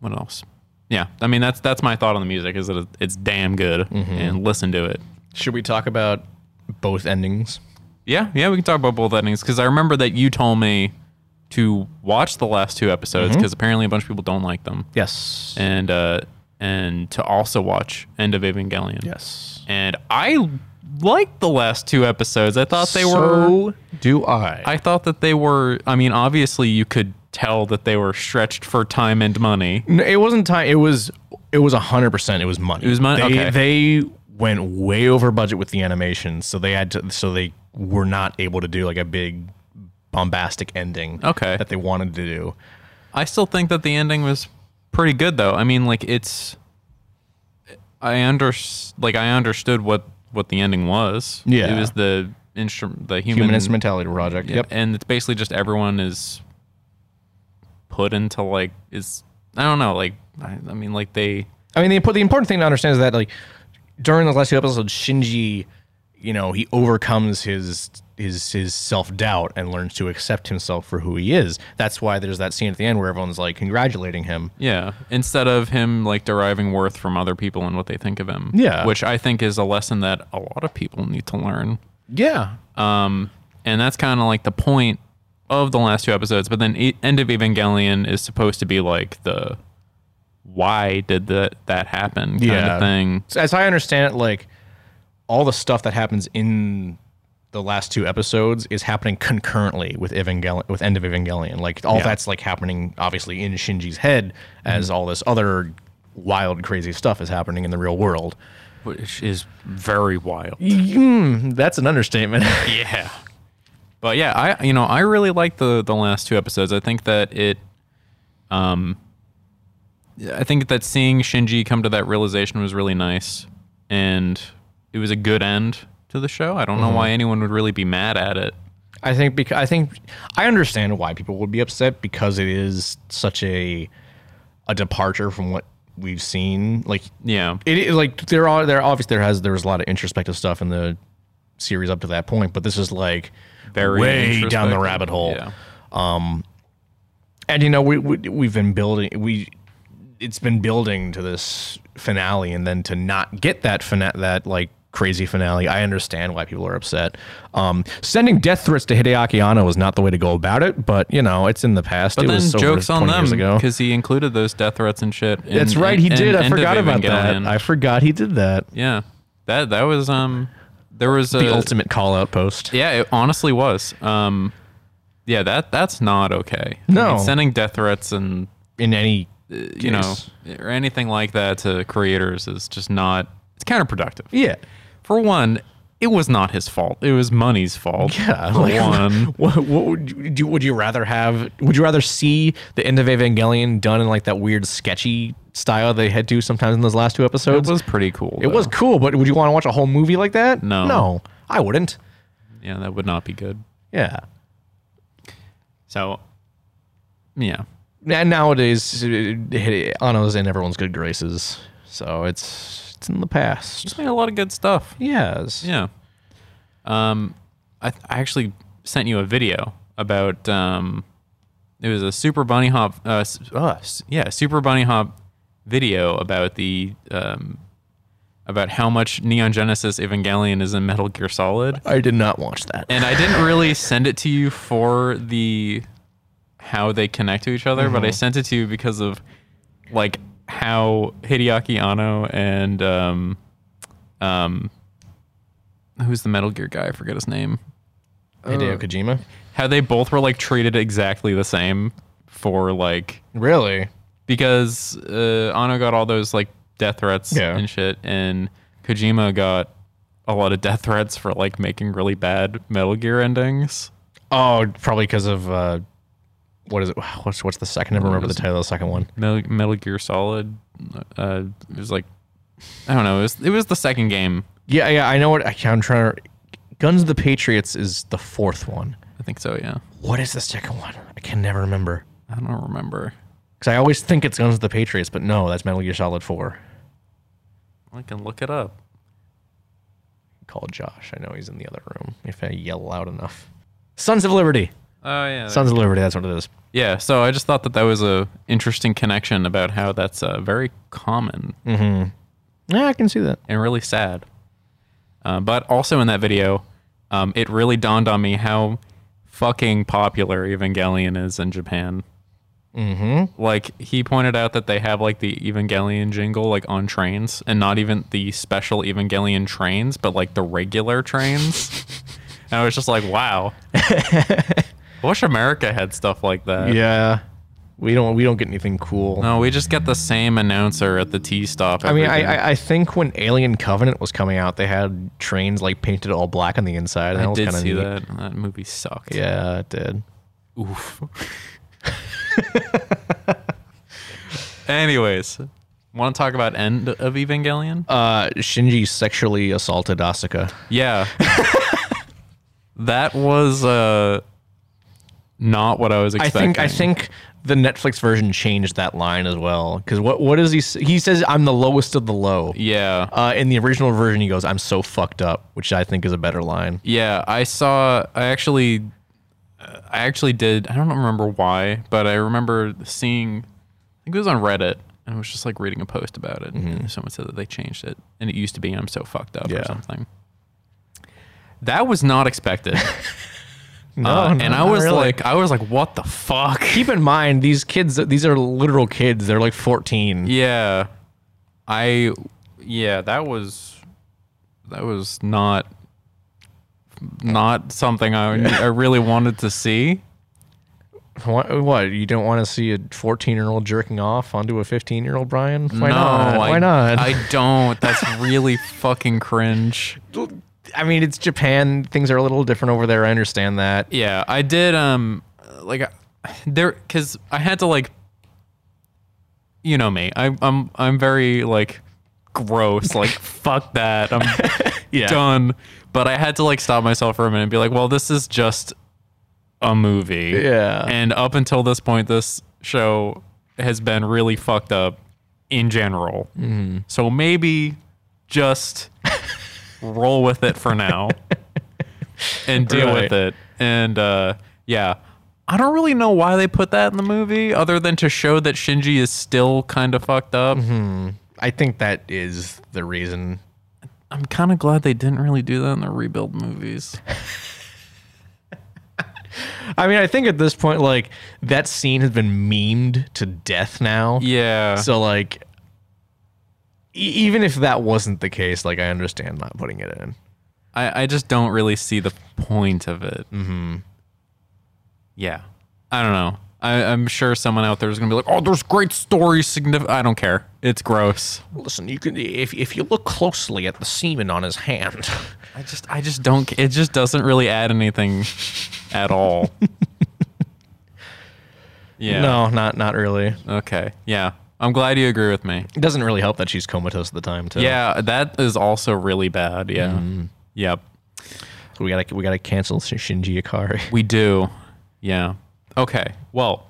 B: what else? Yeah, I mean that's that's my thought on the music is that it- it's damn good and listen to it.
A: Should we talk about both endings?
B: Yeah, yeah, we can talk about both endings because I remember that you told me to watch the last two episodes because apparently a bunch of people don't like them,
A: Yes.
B: and uh, and to also watch End of Evangelion.
A: yes.
B: and I liked the last two episodes. I thought they were.
A: So do I.
B: I thought that they were. I mean, obviously, you could tell that they were stretched for time and money.
A: No, it wasn't time. It was it was hundred percent. It was money. It
B: was money?
A: They,
B: Okay.
A: they went way over budget with the animation, so they had to. So they were not able to do like a big bombastic ending.
B: Okay.
A: That they wanted to do.
B: I still think that the ending was pretty good, though. I mean, like it's. I under like I understood what what the ending was.
A: Yeah.
B: it was the instrument, the human,
A: Human instrumentality project. Yep.
B: and it's basically just everyone is put into like is I don't know like I, I mean like they
A: I mean, the, impor- the important thing to understand is that like during the last two episodes, Shinji, you know, he overcomes his his his self doubt and learns to accept himself for who he is. That's why there's that scene at the end where everyone's like congratulating him.
B: Yeah, instead of him like deriving worth from other people and what they think of him.
A: Yeah.
B: which I think is a lesson that a lot of people need to learn.
A: Yeah.
B: Um, and that's kind of like the point of the last two episodes. But then e- end of Evangelion is supposed to be like the why did that that happen kind
A: Yeah.
B: of thing.
A: So as I understand it, like all the stuff that happens in the last two episodes is happening concurrently with Evangelion, with End of Evangelion. Like all that's like happening obviously in Shinji's head as all this other wild, crazy stuff is happening in the real world.
B: which is very wild.
A: hmm, That's an understatement.
B: Yeah. But yeah, I you know, I really like the the last two episodes. I think that it um I think that seeing Shinji come to that realization was really nice and it was a good end to the show. I don't
A: Mm-hmm.
B: know why anyone would really be mad at it.
A: I think because I think I understand why people would be upset because it is such a a departure from what we've seen. Like
B: Yeah.
A: it, it- like there are there obviously there has there was a lot of introspective stuff in the series up to that point, but this is like
B: Very
A: way down the
B: introspective.
A: rabbit hole.
B: Yeah.
A: And you know we, we we've been building we it's been building to this finale, and then to not get that fina- that like crazy finale, I understand why people are upset. Um, sending death threats to Hideaki Anno is not the way to go about it, but you know it's in the past.
B: But
A: it
B: then
A: was over
B: jokes on
A: 20 years
B: them
A: ago.
B: because he included those death threats and shit. in-
A: That's right, he
B: in-
A: did.
B: in
A: I
B: End of
A: forgot about that.
B: Evangelion.
A: I forgot he did that.
B: yeah, that that was um, there was a,
A: The ultimate call out post.
B: Yeah, it honestly was. Um, yeah, that that's not okay. I
A: No.
B: mean, sending death threats and
A: in any
B: Uh, you know or anything like that to creators is just not. It's counterproductive.
A: yeah
B: For one, it was not his fault. It was money's fault.
A: yeah
B: For
A: like,
B: one,
A: what, what would you do would you rather have would you rather see the end of evangelion done in like that weird sketchy style they had to sometimes in those last two
B: it
A: episodes
B: was pretty cool.
A: It was cool but would you want to watch a whole movie like that
B: No.
A: no i wouldn't
B: Yeah, that would not be good.
A: yeah
B: So, yeah.
A: and nowadays ano's in everyone's good graces so it's it's in the past
B: Just made a lot of good stuff.
A: yes
B: Yeah. Um, I, th- I actually sent you a video about um, it was a super bunny hop. Uh, s- uh, s- yeah, super bunny hop video about the um, about how much Neon Genesis Evangelion is in Metal Gear Solid,
A: i did not watch that
B: and I didn't really send it to you for the how they connect to each other, but I sent it to you because of like how Hideaki Anno and um, um, who's the Metal Gear guy? I forget his name. Uh,
A: hideo kojima
B: How they both were like treated exactly the same for like
A: really
B: because uh, Anno got all those like death threats
A: Yeah.
B: and shit, and Kojima got a lot of death threats for like making really bad Metal Gear endings.
A: oh probably because of uh what is it what's what's the second i never remember the title of the second one
B: Metal, Metal Gear Solid. Uh, it was like I don't know. It was it was the second game.
A: Yeah, yeah, I know what I'm trying to. Guns of the Patriots is the fourth one.
B: I think so. Yeah,
A: What is the second one? I can never remember
B: I don't remember.
A: because I always think it's Guns of the Patriots, but no, that's Metal Gear Solid Four.
B: I can look it up.
A: Call Josh. I know he's in the other room. If I yell loud enough, Sons of Liberty.
B: Oh yeah,
A: Sons of Liberty. That's what it is.
B: yeah. So I just thought that that was a interesting connection about how that's uh, very common
A: Yeah, I can see that.
B: and really sad. Uh, but also in that video, um, it really dawned on me how fucking popular Evangelion is in Japan. Mm-hmm. Like he pointed out that they have like the Evangelion jingle like on trains, and not even the special Evangelion trains, but like the regular trains. and I was just like, wow. I wish America had stuff like that.
A: Yeah, we don't we don't get anything cool.
B: No, we just get the same announcer at the T stop.
A: I mean, I, I I think when Alien Covenant was coming out, they had trains like painted all black on the inside. That
B: I
A: was
B: did
A: kinda
B: see
A: neat.
B: that. That movie sucked.
A: Yeah, it did.
B: Oof. Anyways, want to talk about end of Evangelion?
A: Uh, Shinji sexually assaulted Asuka.
B: yeah. that was uh not what I was
A: I
B: expecting.
A: think I think the Netflix version changed that line as well. Because what what does he s- he says I'm the lowest of the low.
B: yeah.
A: Uh, in the original version, he goes I'm so fucked up, which I think is a better line.
B: Yeah, I saw. I actually, I actually did. I don't remember why, but I remember seeing. I think it was on Reddit, and I was just like reading a post about it, and someone said that they changed it, and it used to be "I'm so fucked up"
A: Mm-hmm. Yeah.
B: or something. That was not expected,
A: No,
B: Uh,
A: no,
B: and I
A: not
B: was
A: really.
B: like, I was like, "What the fuck?"
A: keep in mind these kids, these are literal kids. They're like 14.
B: Yeah, I. Yeah, that was. That was not not something I, I really wanted to see.
A: What, what? You don't want to see a 14 year old jerking off onto a 15 year old, Brian? Why
B: no,
A: not?
B: Oh, I,
A: Why not?
B: I don't. That's really fucking cringe.
A: I mean, it's Japan. Things are a little different over there. I understand that.
B: Yeah, I did. Um, like I- there, because I had to like, you know me. I, I'm I'm very like gross. Like fuck that. I'm done. But I had to like stop myself for a minute and be like, well, this is just a movie.
A: Yeah.
B: And up until this point, this show has been really fucked up in general.
A: Mm-hmm.
B: So maybe just roll with it for now and deal
A: Right.
B: with it. And uh, yeah, I don't really know why they put that in the movie other than to show that Shinji is still kind of fucked up.
A: Mm-hmm. I think that is the reason.
B: I'm kind of glad they didn't really do that in the rebuild movies.
A: I mean, I think at this point, like, that scene has been memed to death now.
B: Yeah.
A: So, like, e- even if that wasn't the case, like, I understand not putting it in.
B: I, I just don't really see the point of it. Mm-hmm. Yeah. I don't know. I, I'm sure someone out there is going to be like, oh, there's great story. Signif-. I don't care. It's gross.
A: Listen, you can if if you look closely at the semen on his hand.
B: I just, I just don't, c- it just doesn't really add anything at all. yeah.
A: No, not not really.
B: Okay. Yeah. I'm glad you agree with me.
A: It doesn't really help that she's comatose at the time too.
B: Yeah. Mm-hmm. That is also really bad. Yeah. Yep.
A: we gotta we gotta cancel Shinji Ikari.
B: We do. Yeah. Okay. Well,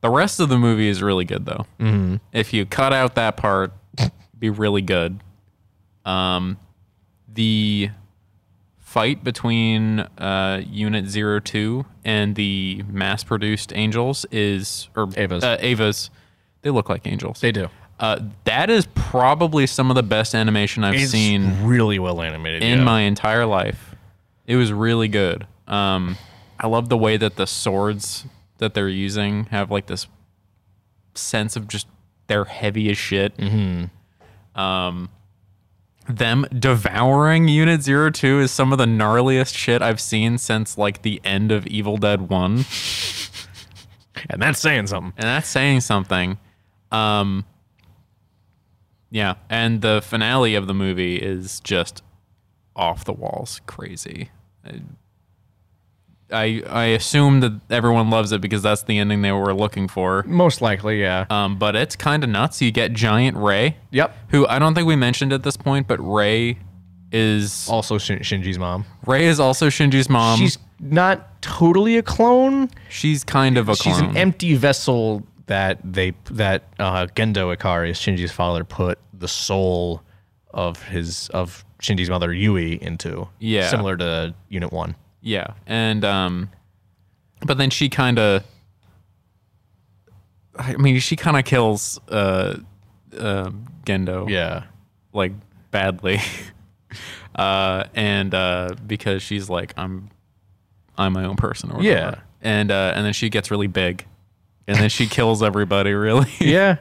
B: the rest of the movie is really good though. Mm-hmm. If you cut out that part, be really good. Um, the fight between uh, Unit 02 and the mass-produced angels is or
A: Avas.
B: Uh, Avas. They look like angels.
A: do.
B: uh, that is probably some of the best animation I've
A: It's
B: seen
A: really well animated.
B: in
A: yeah.
B: my entire life. It was really good. Um, I love the way that the swords that they're using have like this sense of just they're heavy as shit. Um, them devouring Unit Zero Two is some of the gnarliest shit I've seen since like the end of Evil Dead One
A: and that's saying something.
B: and that's saying something. Um, yeah, and the finale of the movie is just off the walls, crazy. I I assume that everyone loves it because that's the ending they were looking for.
A: Most likely, yeah.
B: Um, but it's kind of nuts. You get giant Ray,
A: yep.
B: who I don't think we mentioned at this point, but Ray is
A: Also Shin- Shinji's mom.
B: Ray is also Shinji's mom.
A: she's not totally a clone.
B: she's kind of a clone.
A: She's an empty vessel that they that uh, Gendo Ikari, Shinji's father, put the soul of his of Shinji's mother Yui into.
B: Yeah.
A: Similar to Unit One.
B: Yeah, and um, but then she kind of, I mean, she kind of kills uh, uh, Gendo,
A: Yeah.
B: like badly, uh, and uh, because she's like, I'm, I'm my own person, or whatever.
A: Yeah.
B: and uh, and then she gets really big, and then she kills everybody. Really,
A: Yeah.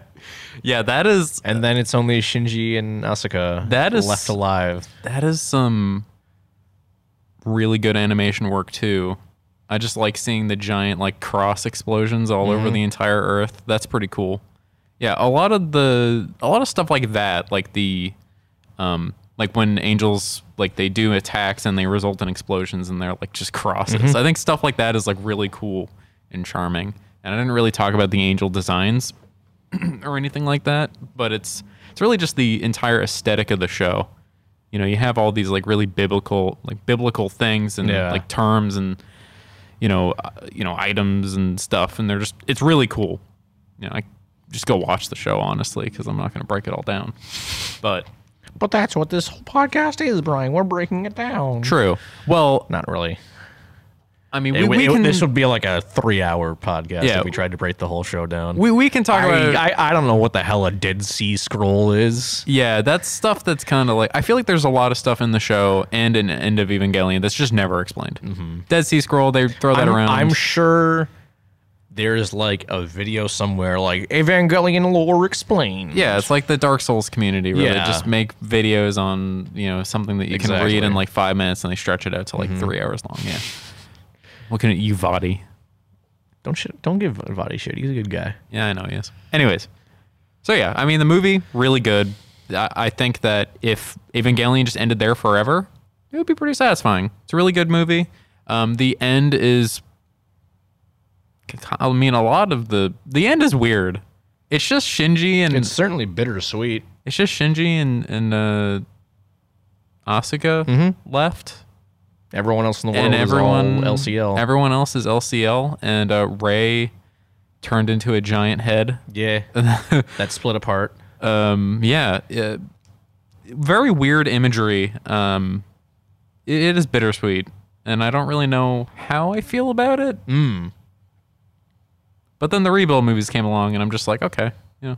B: yeah, that is
A: And then it's only Shinji and Asuka
B: That is-
A: left alive.
B: that is some really good animation work too. I just like seeing the giant like cross explosions all over the entire earth. That's pretty cool. Yeah, a lot of the a lot of stuff like that, like the um like when angels like they do attacks and they result in explosions and they're like just crosses. I think stuff like that is like really cool and charming. And I didn't really talk about the angel designs or anything like that, but it's it's really just the entire aesthetic of the show. You know, you have all these like really biblical like biblical things and
A: Yeah.
B: like terms and you know, uh, you know items and stuff and they're just it's really cool. You know, I just go watch the show honestly cuz I'm not going to break it all down. But
A: But that's what this whole podcast is, Brian. We're breaking it down.
B: True. Well,
A: Not really.
B: I mean,
A: It
B: we,
A: would-
B: we
A: it would-
B: can
A: this would be like a three-hour podcast
B: Yeah.
A: if we tried to break the whole show down.
B: we, we can talk about.
A: I, I, I don't know what the hell a Dead Sea Scroll is.
B: yeah, that's stuff that's kind of like I feel like there's a lot of stuff in the show and in End of Evangelion that's just never explained. Dead Sea Scroll, they throw that
A: Mm-hmm. I'm,
B: around.
A: I'm sure there's like a video somewhere like Evangelion lore explained.
B: Yeah, it's like the Dark Souls community where
A: Yeah.
B: they just make videos on you know something that you can
A: Exactly. Mm-hmm.
B: read in like five minutes, and they stretch it out to like three hours long. Yeah, looking at you, Vadi.
A: Don't shit, don't give Vadi shit. He's a good guy.
B: Yeah, I know he is. Anyways, so yeah, I mean the movie really good. I, I think that if Evangelion just ended there forever, it would be pretty satisfying. It's a really good movie. Um, the end is, I mean, a lot of the the end is weird. It's just Shinji and
A: It's certainly bittersweet.
B: it's just Shinji and and uh, Asuka
A: Mm-hmm.
B: left,
A: Everyone else in the world
B: and everyone
A: is all LCL.
B: Everyone else is LCL, and uh, Ray turned into a giant head.
A: yeah, that's split apart.
B: Um, yeah, uh, very weird imagery. Um, it- it is bittersweet, and I don't really know how I feel about it. Hmm. But then the rebuild movies came along, and I'm just like, okay, you know,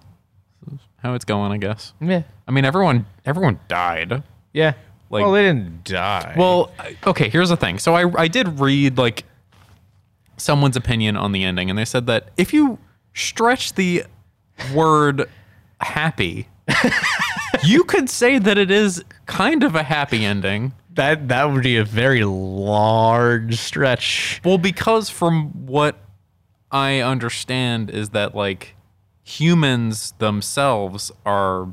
B: this is how it's going, I guess.
A: Yeah,
B: I mean, everyone everyone died.
A: yeah.
B: Like-
A: well, they didn't die.
B: Well, I- okay, here's the thing. So I I did read like someone's opinion on the ending and they said that if you stretch the word happy, you could say that it is kind of a happy ending.
A: that that would be a very large stretch.
B: Well, because from what I understand is that like humans themselves are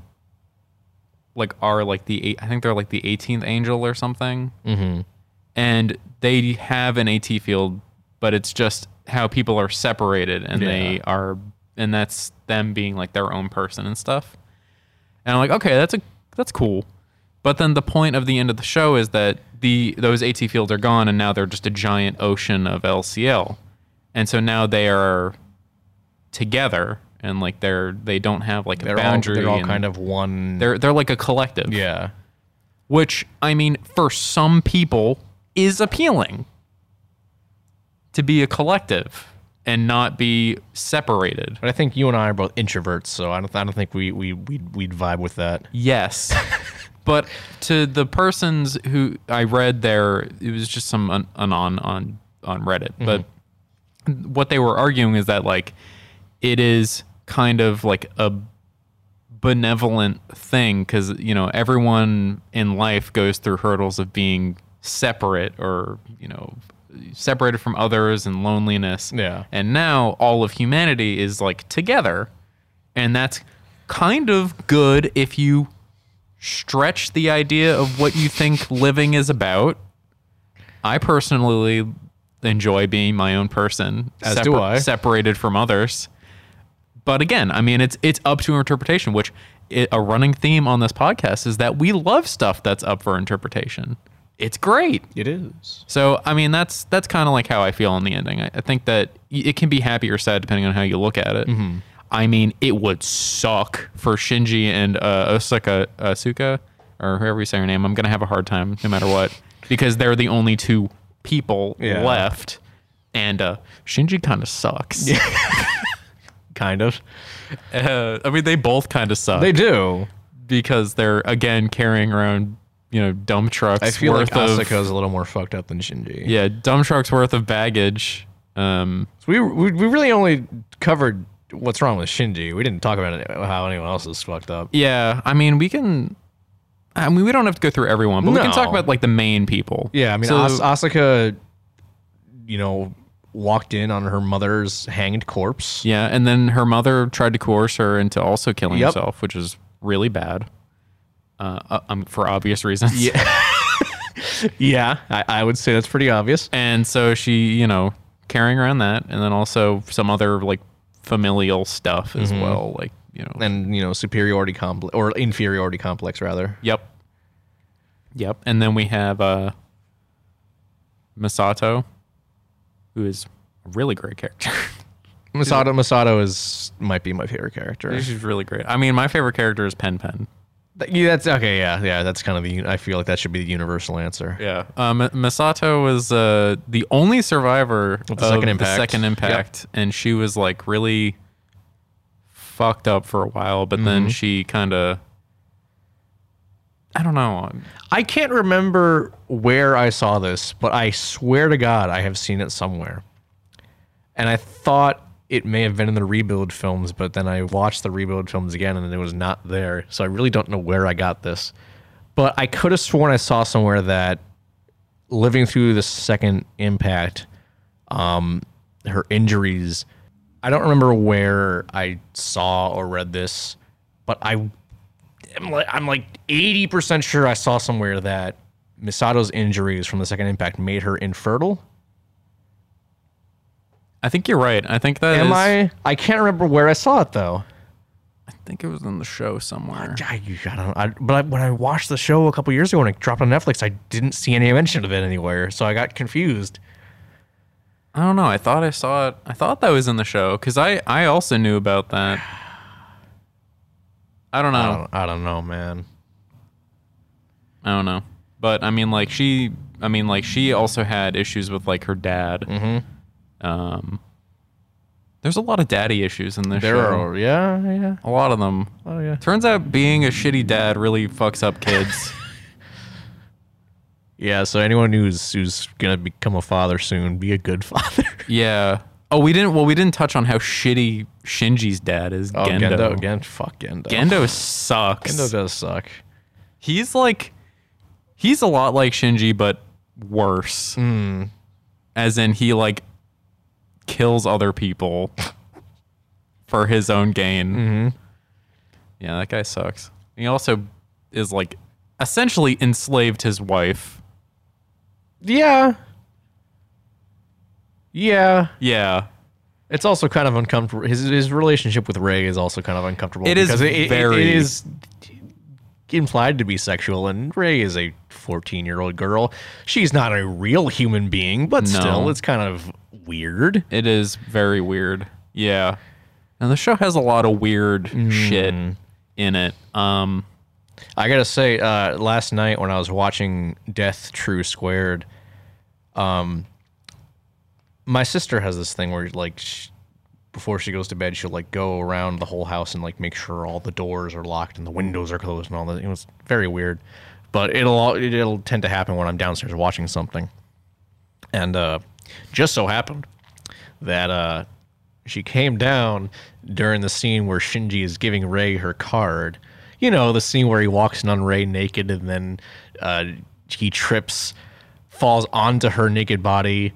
B: like are like the eight- I think they're like the 18th angel or something, mm-hmm. and they have an AT field, but it's just how people are separated and they are, and that's them being like their own person and stuff. And I'm like, okay, that's a that's cool. But then the point of the end of the show is that the those AT fields are gone and now they're just a giant ocean of LCL. And so now they are together and like they're they don't have like a
A: They're all,
B: boundary.
A: they're all
B: and
A: kind of one.
B: they're they're like a collective.
A: yeah,
B: Which I mean for some people is appealing to be a collective and not be separated.
A: but I think you and I are both introverts, so I don't I don't think we we we'd, we'd vibe with that.
B: Yes. but to the persons who I read there, it was just some an- anon on on Reddit. But what they were arguing is that like it is kind of like a benevolent thing cuz you know everyone in life goes through hurdles of being separate or you know separated from others and loneliness.
A: Yeah.
B: And now all of humanity is like together. And that's kind of good if you stretch the idea of what you think living is about. I personally enjoy being my own person,
A: As do I.
B: separated from others. But again, I mean, it's it's up to interpretation. Which i a running theme on this podcast is that we love stuff that's up for interpretation. It's great.
A: It is.
B: So I mean, that's that's kind of like how I feel on the ending. I, I think that y- it can be happy or sad depending on how you look at it.
A: Mm-hmm.
B: I mean, it would suck for Shinji and uh, Osaka Asuka or whoever you say her name. I'm gonna have a hard time no matter what because they're the only two people
A: Yeah.
B: left, and uh, Shinji kind of sucks.
A: Kind of.
B: Uh, I mean, they both kind of suck
A: They do.
B: because they're again carrying around you know dump trucks.
A: I feel
B: worth
A: like
B: of,
A: Asuka's a little more fucked up than Shinji.
B: yeah dump trucks worth of baggage. Um,
A: So we, we we really only covered what's wrong with Shinji. We didn't talk about it, how anyone else is fucked up.
B: Yeah, I mean, we can. I mean, we don't have to go through everyone, but we can
A: No.
B: talk about like the main people.
A: Yeah, I mean, uh,
B: So-
A: As- Asuka, you know, walked in on her mother's hanged corpse.
B: yeah, and then her mother tried to coerce her into also killing
A: Yep.
B: herself, which is really bad. Uh, uh, um, for obvious reasons. Yeah.
A: Yeah, I, I would say that's pretty obvious.
B: and so she, you know, carrying around that, and then also some other like familial stuff as
A: Mm-hmm.
B: well, like you know.
A: And you know, superiority complex or inferiority complex rather.
B: yep. Yep. And then we have uh, Misato, who is a really great character.
A: Masato Masato is might be my favorite character.
B: She's really great. I mean, my favorite character is Pen Pen.
A: Yeah, that's okay. Yeah, yeah, that's kind of the. I feel like that should be the universal answer.
B: Yeah. Um, Masato was uh, the only survivor of
A: the second
B: The
A: impact.
B: second impact, and she was like really fucked up for a while, but
A: Mm-hmm.
B: then she kind of. I don't know.
A: I can't remember where I saw this, but I swear to God, I have seen it somewhere. And I thought it may have been in the rebuild films, but then I watched the rebuild films again and it was not there. So I really don't know where I got this. But I could have sworn I saw somewhere that living through the second impact, um, her injuries, I don't remember where I saw or read this, but I am like I'm like 80% sure I saw somewhere that Misato's injuries from the second impact made her infertile.
B: I think you're right. I think that
A: Am
B: is-
A: I? I can't remember where I saw it though.
B: I think it was in the show somewhere.
A: I, you- I don't. I, but I, when I watched the show a couple years ago and it dropped on Netflix, I didn't see any mention of it anywhere, so I got confused.
B: I don't know. I thought I saw it. I thought that was in the show because I I also knew about that. I don't know.
A: I don't, I don't know, man.
B: I don't know. But I mean, like she, I mean, like she also had issues with like her dad. Mm-hmm. Um, there's a lot of daddy issues in this
A: There
B: show.
A: are, yeah, yeah,
B: a lot of them.
A: oh yeah,
B: Turns out being a shitty dad really fucks up kids.
A: yeah. So anyone who's who's gonna become a father soon, be a good father.
B: yeah. Oh, we didn't. Well, we didn't touch on how shitty Shinji's dad is.
A: Oh,
B: Gendo.
A: Gendo, Gen- fuck Gendo.
B: Gendo sucks.
A: Gendo does suck.
B: he's like he's a lot like Shinji but worse. As in he like kills other people for his own gain. Yeah, that guy sucks. He also is like essentially enslaved his wife.
A: Yeah, yeah.
B: Yeah.
A: It's also kind of uncomfortable. His his relationship with Ray is also kind of uncomfortable.
B: It is
A: because
B: very-
A: it is implied to be sexual, and Ray is a fourteen year old girl. She's not a real human being, but still, it's kind of weird.
B: It is very weird. Yeah. And the show has a lot of weird shit in it. Um
A: I gotta say, uh, last night when I was watching Death True Squared, um, my sister has this thing where like. sh before she goes to bed, she'll like go around the whole house and like make sure all the doors are locked and the windows are closed and all that. It was very weird, but it'll all it'll tend to happen when I'm downstairs watching something. And uh, just so happened that uh, she came down during the scene where Shinji is giving Ray her card. You know, the scene where he walks in on Ray naked and then uh, he trips, falls onto her naked body.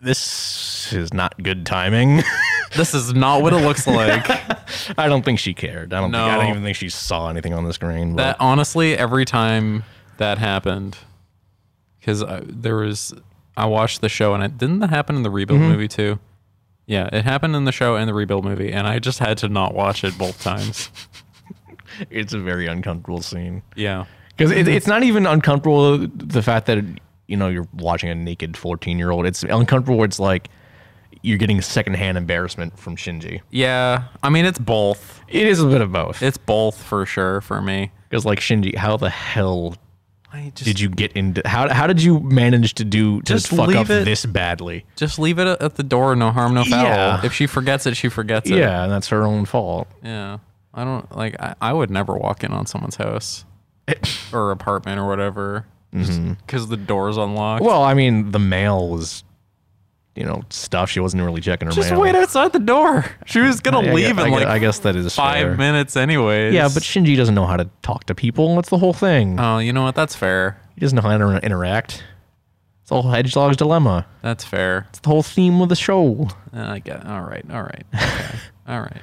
A: This is not good timing.
B: this is not what it looks like.
A: I don't think she cared. I don't. Think, I
B: No.
A: don't even think she saw anything on the screen.
B: That
A: But
B: honestly, every time that happened, because there was, I watched the show and it didn't that happen in the rebuild movie too. Yeah, it happened in the show and the rebuild movie, and I just had to not watch it both times.
A: it's a very uncomfortable scene
B: yeah,
A: because it, it's not even uncomfortable. The fact that you know you're watching a naked 14 year old. It's uncomfortable. Where it's like you're getting secondhand embarrassment from Shinji.
B: yeah. I mean, it's both.
A: It is a bit of both.
B: It's both for sure for me.
A: Because like Shinji, how the hell
B: I just
A: did you get into? How how did you manage to do to
B: Just
A: fuck
B: leave
A: up
B: it-
A: this badly?
B: just leave it at the door. No harm, no foul.
A: Yeah.
B: If she forgets it, she forgets it.
A: Yeah, and that's her own fault.
B: Yeah. I don't like I, I would never walk in on someone's house or apartment or whatever because the door's unlocked.
A: Well, I mean, the mail was, you know, stuff. She wasn't really checking her
B: Just
A: mail.
B: wait outside the door. She was
A: I
B: gonna
A: gue-
B: leave
A: I
B: in
A: gue-
B: like
A: I guess that is
B: five
A: fair.
B: minutes anyways.
A: Yeah, but Shinji doesn't know how to talk to people. That's the whole thing.
B: oh, you know what? That's fair.
A: he doesn't know how to interact. It's the whole hedgehog's dilemma.
B: That's fair.
A: It's the whole theme of the show.
B: Uh, I get. All right. All right. Okay. all right.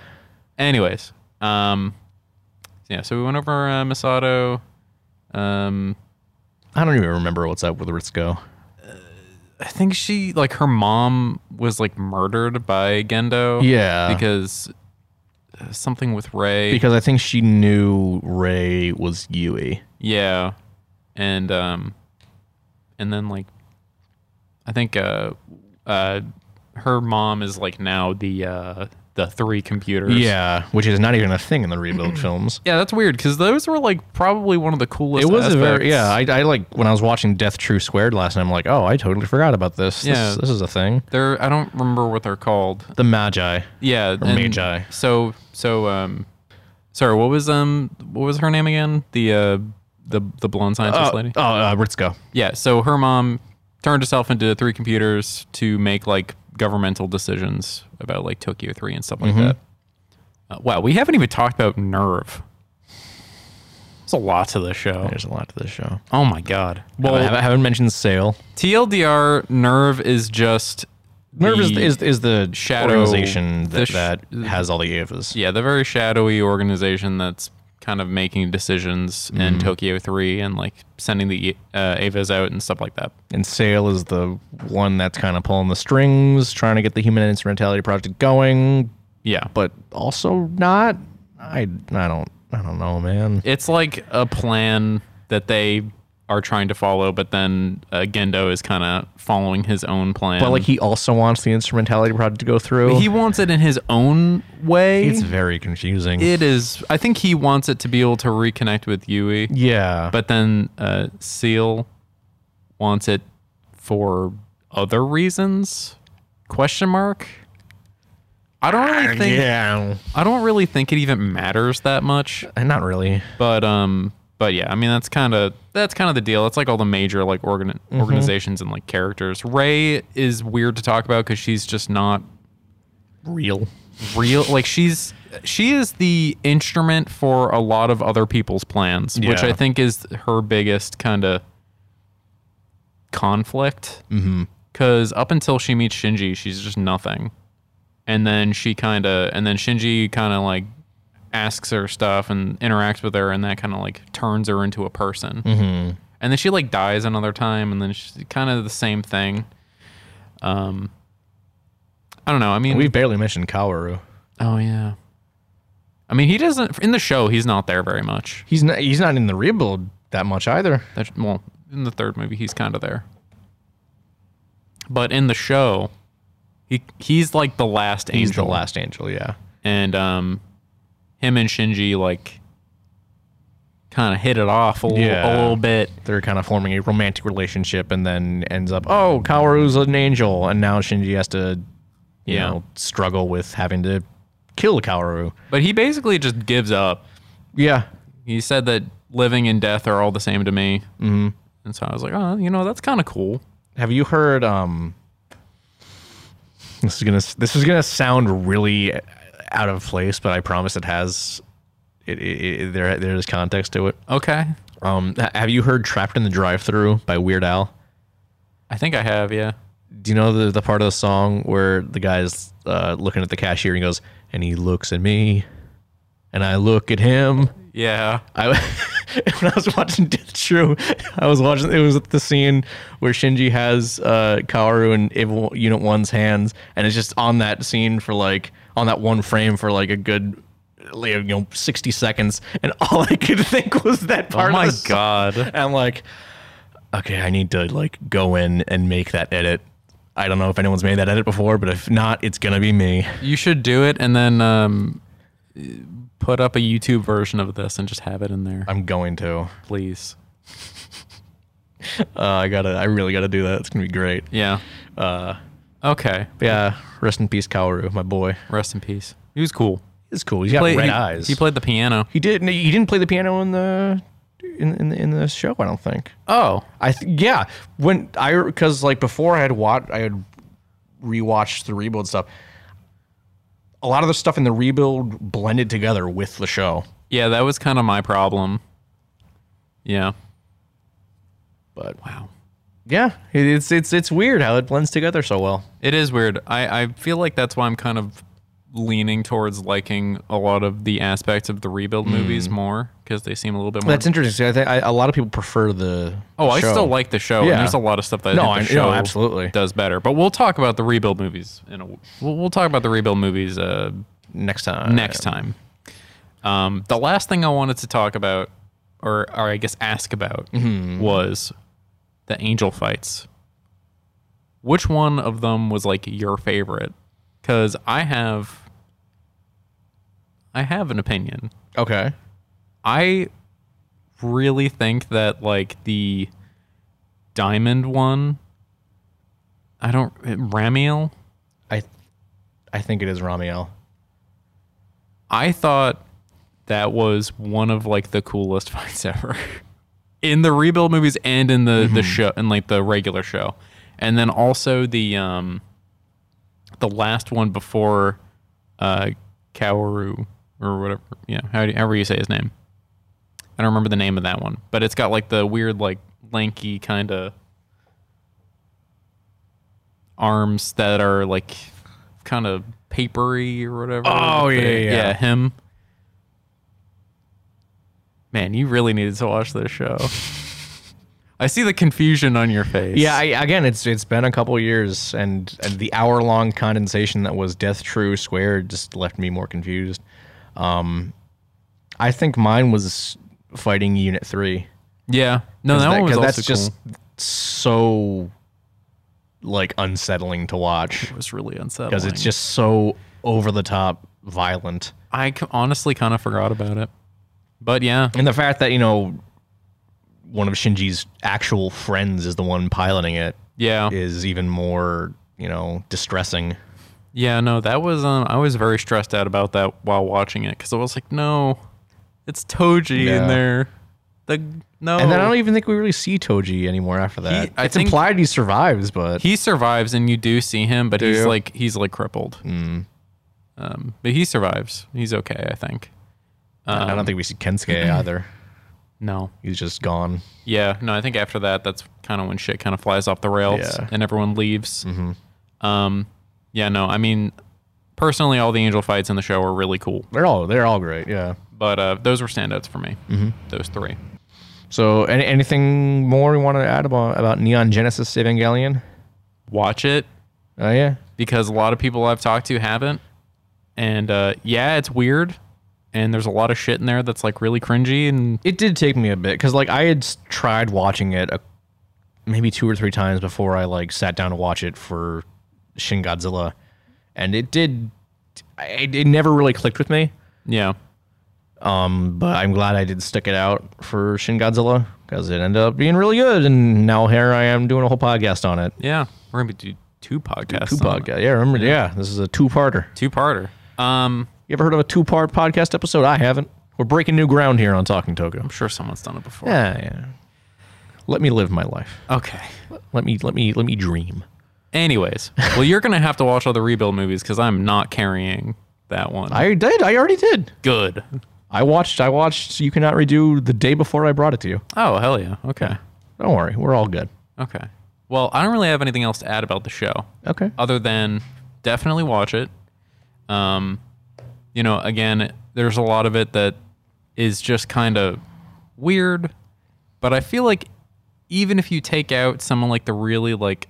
B: Anyways, um, yeah. So we went over uh, Masato. Um,
A: I don't even remember what's up with Ritsuko.
B: I think she like her mom was like murdered by Gendo.
A: Yeah.
B: because uh, something with Ray.
A: Because I think she knew Ray was Yui.
B: Yeah. And um and then like I think uh uh her mom is like now the uh the three computers.
A: Yeah, which is not even a thing in the rebuild films.
B: Yeah, that's weird cuz those were like probably one of the coolest
A: It was a very
B: aspects.
A: yeah. I, I like when I was watching Death True Squared last night. I'm like, oh, I totally forgot about this.
B: Yeah.
A: This, this is a thing.
B: They're I don't remember what they're called.
A: The Magi.
B: Yeah, and
A: Magi.
B: So so um sorry, what was um what was her name again? The uh the the blonde scientist
A: Oh,
B: lady?
A: oh uh, Ritsuko.
B: Yeah, so her mom turned herself into three computers to make like governmental decisions about like Tokyo 3 and stuff like that. Uh, wow, we haven't even talked about Nerve. There's a lot to this show.
A: There's a lot to this show.
B: Oh my god. Well,
A: I haven't- I haven't mentioned Sale.
B: TLDR Nerve is just
A: Nerve is,
B: the-
A: is, is the
B: shadow-
A: organization that,
B: the sh-
A: that has all the EVAs.
B: yeah, the very shadowy organization that's kind of making decisions in Tokyo 3 and like sending the uh, Avas out and stuff like that.
A: And Sale is the one that's kind of pulling the strings, trying to get the Human Instrumentality Project going,
B: Yeah.
A: but also not. I, I don't I don't know, man.
B: It's like a plan that they are trying to follow, but then uh, Gendo is kind of following his own plan.
A: But like he also wants the Instrumentality Project to go through.
B: he wants it in his own way.
A: it's very confusing.
B: It is. I think he wants it to be able to reconnect with Yui,
A: yeah,
B: but then uh, Seal wants it for other reasons? Question mark. I don't really think.
A: Ah, yeah,
B: I don't really think it even matters that much.
A: and Uh, not really.
B: But um, but yeah, I mean that's kind of that's kind of the deal. It's like all the major like organ- organizations and like characters. Ray is weird to talk about because she's just not
A: Real.
B: real. Like she's she is the instrument for a lot of other people's plans, which
A: Yeah.
B: I think is her biggest kind of conflict.
A: Mm-hmm.
B: Because up until she meets Shinji, she's just nothing, and then she kind of and then Shinji kind of like asks her stuff and interacts with her, and that kind of like turns her into a person.
A: Mm-hmm.
B: And then she like dies another time, and then she's kind of the same thing. Um, I don't know. I mean,
A: We've barely mentioned Kaworu.
B: Oh yeah. I mean, he doesn't in the show. He's not there very much.
A: He's not. He's not in the rebuild that much either.
B: That's, well, in the third movie, he's kind of there. But in the show, he he's like the last
A: He's
B: angel,
A: the last angel. Yeah.
B: and um, him and Shinji like kind of hit it off a little, a
A: Yeah.
B: little bit.
A: they're kind of forming a romantic relationship and then ends up oh kaoru's an angel and now shinji has to you
B: Yeah.
A: know struggle with having to kill kaoru
B: But he basically just gives up.
A: yeah
B: He said that living and death are all the same to me, mm-hmm. and so I was like, oh, you know, that's kind of cool.
A: have you heard um this is gonna this is gonna sound really out of place but i promise it has it, it, it there there's context to it
B: Okay,
A: um ha- have you heard trapped in the drive-through by weird al
B: I think I have. Yeah.
A: do you know the, the part of the song where the guy's uh, looking at the cashier and he goes, and he looks at me, and I look at him?
B: Yeah.
A: I when I was watching Death True, I was watching. It was the scene where Shinji has uh, Kaoru and Evil Unit One's hands, and it's just on that scene for like on that one frame for like a good. like, You know, sixty seconds, and all I could think was that part.
B: Oh
A: of
B: my
A: the song.
B: god.
A: And I'm like, okay, I need to like go in and make that edit. I don't know if anyone's made that edit before, but if not, it's gonna be me.
B: You should do it and then um, put up a YouTube version of this and just have it in there,
A: I'm going to.
B: please.
A: Uh, I gotta. I really gotta do that. It's gonna be great.
B: Yeah. Uh, okay.
A: Yeah. Rest in peace, Kaoru, my boy.
B: Rest in peace. He was cool.
A: It's cool. He's got
B: Play-
A: red
B: he,
A: eyes.
B: He played the piano.
A: He did. no, He didn't play the piano in the in in, in the show. I don't think.
B: Oh.
A: I th- yeah. When I because like before I had watched I had rewatched the rebuild stuff. A lot of the stuff in the rebuild blended together with the show,
B: Yeah, that was kind of my problem. Yeah.
A: but
B: Wow.
A: yeah, it- it's it's it's weird how it blends together so well.
B: It is weird. I, I feel like that's why I'm kind of leaning towards liking a lot of the aspects of the rebuild movies
A: Mm.
B: more because they seem a little bit more.
A: That's interesting. I think I, a lot of people prefer the.
B: Oh, I
A: show.
B: still like the show.
A: Yeah.
B: And there's a lot of stuff that
A: No,
B: I
A: I- no,
B: think the show
A: absolutely.
B: does better. But we'll talk about the rebuild movies. In a, we'll, we'll talk about the rebuild movies uh,
A: next time.
B: next time. Um, the last thing I wanted to talk about, or, or I guess ask about,
A: Mm-hmm.
B: was the angel fights. Which one of them was like your favorite? Because I have, I have an opinion.
A: Okay.
B: I really think that like the diamond one. I don't Ramiel.
A: I I think it is Ramiel.
B: I thought that was one of like the coolest fights ever in the rebuild movies
A: Mm-hmm.
B: and in the the show and like the regular show, and then also the um the last one before uh, Kaoru or whatever. Yeah, how do, however you say his name. I don't remember the name of that one, but it's got like the weird, like lanky kind of arms that are like kind of papery or whatever.
A: Oh,
B: But,
A: yeah, yeah.
B: yeah, him. Man, you really needed to watch this show. I see the confusion on your face.
A: Yeah, I, again, it's it's been a couple years, and, and the hour long condensation that was Death True Squared just left me more confused. Um, I think mine was fighting Unit Three.
B: yeah. No, that, one was
A: 'cause
B: also
A: that's just
B: cool.
A: so like unsettling to watch
B: It was really unsettling.
A: because it's just so over the top violent,
B: I c- honestly kind of forgot about it. But yeah,
A: and the fact that you know one of Shinji's actual friends is the one piloting it
B: yeah,
A: is even more you know distressing.
B: yeah. No, that was um, I was very stressed out about that while watching it because I was like, no, it's Toji
A: Yeah.
B: in there. The no,
A: And then I don't even think we really see Toji anymore after that.
B: I
A: it's
B: think-
A: implied he survives, but
B: he survives, and you do see him, but he's
A: you? Mm.
B: like he's like crippled. Um, but he survives. He's okay, I think.
A: I don't think we see Kensuke either.
B: No,
A: He's just gone.
B: Yeah, no, I think after that, that's kind of when shit kind of flies off the rails
A: Yeah. Mm-hmm.
B: and everyone leaves. Um, yeah, no, I mean, personally, all the angel fights in the show were really cool,
A: They're all they're all great, yeah.
B: but uh, those were standouts for me. Mm-hmm. Those three.
A: So any, anything more we want to add about, about Neon Genesis Evangelion?
B: Watch it
A: Oh yeah.
B: because a lot of people I've talked to haven't, and uh, yeah, it's weird, and there's a lot of shit in there that's like really cringy and
A: It did take me a bit because like I had s- tried watching it a, maybe two or three times before I like sat down to watch it for Shin Godzilla, and it did. I- It, it never really clicked with me.
B: yeah,
A: but I'm glad I did stick it out for Shin Godzilla because it ended up being really good. And now here I am doing a whole podcast on it.
B: yeah. We're gonna do two podcasts.
A: Two
B: on it.
A: podcast, yeah. Remember, yeah. This is a two-parter.
B: two-parter. Um,
A: You ever heard of a two-part podcast episode? I haven't. We're breaking new ground here on Talking Toko.
B: I'm sure someone's done it before.
A: Yeah, yeah. Let me live my life.
B: Okay.
A: Let me, let me, let me dream.
B: Anyways, well, you're gonna have to watch all the rebuild movies because I'm not carrying that one.
A: I did. I already did.
B: Good.
A: I watched. I watched. You cannot redo the day before I brought it to you.
B: Oh hell yeah. Okay.
A: Don't worry. We're all good.
B: Okay. Well, I don't really have anything else to add about the show,
A: Okay.
B: other than definitely watch it. Um, you know, again, there's a lot of it that is just kind of weird, but I feel like even if you take out some of like the really like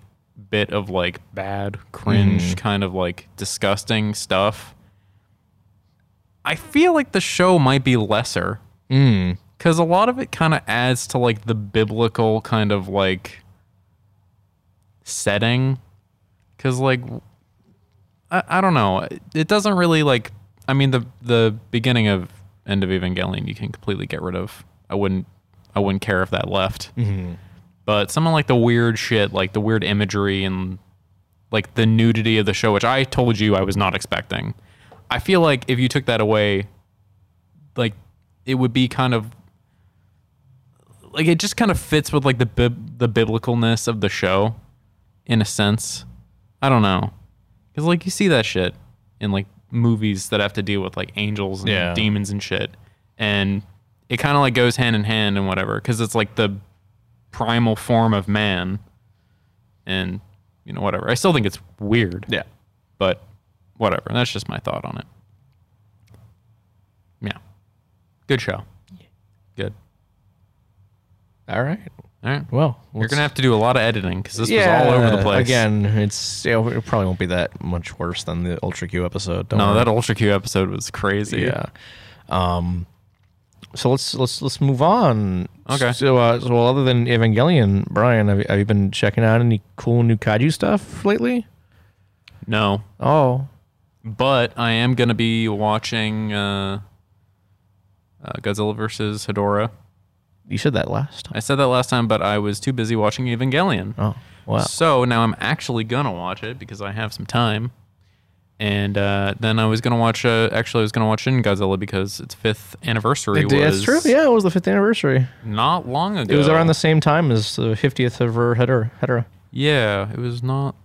B: bit of like bad cringe kind of like disgusting stuff i feel like the show might be lesser
A: Oh. Hmm.
B: because a lot of it kind of adds to like the biblical kind of like setting because like I, I don't know it doesn't really like i mean the the beginning of end of evangelion you can completely get rid of i wouldn't i wouldn't care if that left but something like the weird shit like the weird imagery and like the nudity of the show which i told you i was not expecting i feel like if you took that away like it would be kind of like it just kind of fits with like the bib- the biblicalness of the show in a sense i don't know because like you see that shit in like movies that have to deal with like angels and
A: Yeah.
B: demons and shit and it kind of like goes hand in hand and whatever because it's like the primal form of man and you know whatever i still think it's weird
A: Yeah.
B: but whatever that's just my thought on it yeah good show good
A: All right.
B: all right
A: Well,
B: you're gonna have to do a lot of editing because this was all over the place
A: Again, it's yeah, it probably won't be that much worse than the Ultra Q episode. Don't
B: no
A: worry.
B: that ultra q episode was crazy
A: yeah. Um, so let's let's let's move on.
B: Okay.
A: So, uh, so well, other than Evangelion, Brian, have you, have you been checking out any cool new kaiju stuff lately?
B: no
A: Oh,
B: but i am gonna be watching uh, uh godzilla versus hedorah
A: you said that last time.
B: i said that last time but i was too busy watching evangelion
A: Oh, wow.
B: So now I'm actually gonna watch it because I have some time. And uh, then I was gonna watch. Uh, actually, I was gonna watch Shin Godzilla because its fifth anniversary
A: That's
B: was
A: true. Yeah, it was the fifth anniversary.
B: not long ago.
A: It was around the same time as the fiftieth of her header. header.
B: yeah. It was not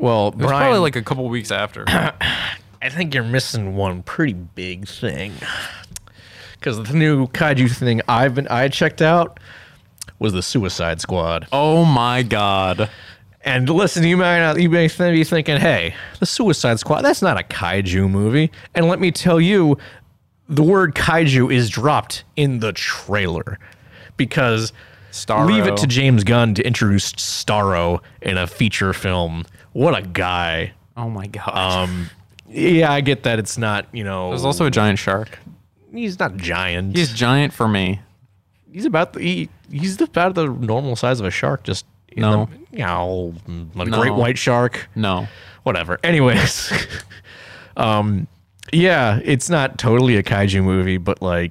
A: Well,
B: It was
A: Brian,
B: probably like a couple weeks after.
A: I think you're missing one pretty big thing. Because the new kaiju thing I've been I checked out was the Suicide Squad.
B: oh my god.
A: And listen, you might not, you may th- be thinking, "Hey, the Suicide Squad, that's not a kaiju movie." And let me tell you, the word kaiju is dropped in the trailer because
B: Starro.
A: leave it to James Gunn to introduce Starro in a feature film. What a guy!
B: Oh my god.
A: Um, yeah, I get that it's not, you know,
B: There's also a giant shark.
A: he's not giant.
B: He's giant for me.
A: he's about the he, he's about the normal size of a shark. Just in
B: No.
A: the, you know, a
B: No.
A: great white shark.
B: No.
A: whatever. Anyways, um, yeah, it's not totally a kaiju movie, but like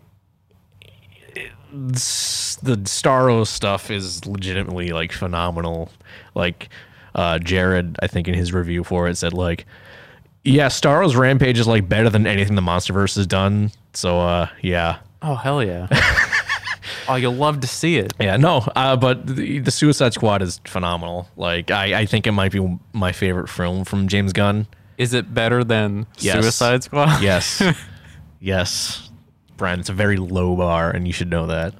A: it's- the Starro stuff is legitimately like phenomenal. Like uh, Jared, I think in his review for it said like, yeah, Starro's Rampage is like better than anything the MonsterVerse has done. So uh, yeah,
B: Oh hell yeah. oh, you'll love to see it.
A: yeah, no, uh, but the, the Suicide Squad is phenomenal. Like I, I think it might be my favorite film from James Gunn.
B: Is it better than
A: Yes.
B: Suicide Squad?
A: Yes. yes. Brian, it's a very low bar, and you should know that.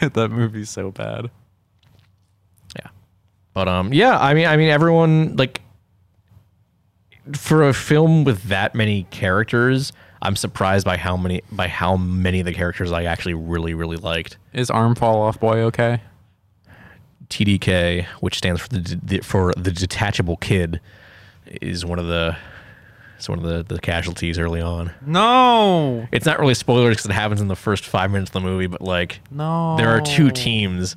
B: that movie's so bad.
A: Yeah. But um yeah, I mean I mean everyone like for a film with that many characters, I'm surprised by how many by how many of the characters I actually really, really liked.
B: Is Arm Fall Off Boy okay?
A: TDK, which stands for the, the for the detachable kid, is one of the is one of the, the casualties early on.
B: No.
A: It's not really spoilers because it happens in the first five minutes of the movie, but like
B: No.
A: there are two teams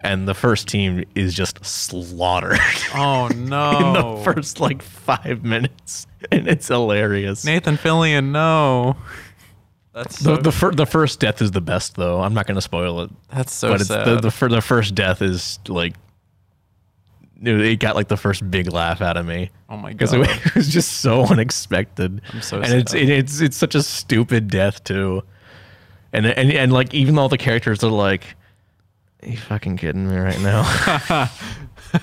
A: and the first team is just slaughtered
B: Oh
A: in
B: no.
A: the first like five minutes and it's hilarious
B: Nathan Fillion, no. That's so,
A: the, the, fir- the first death is the best though i'm not going to spoil it
B: that's so
A: but it's
B: sad.
A: the, the, fir- the first death is like it it got like the first big laugh out of me
B: oh my
A: because
B: god.
A: it, was just so unexpected.
B: I'm so
A: and
B: sad.
A: it's it, it's it's such a stupid death too, and and and like even all the characters are like, "Are you fucking kidding me right now?"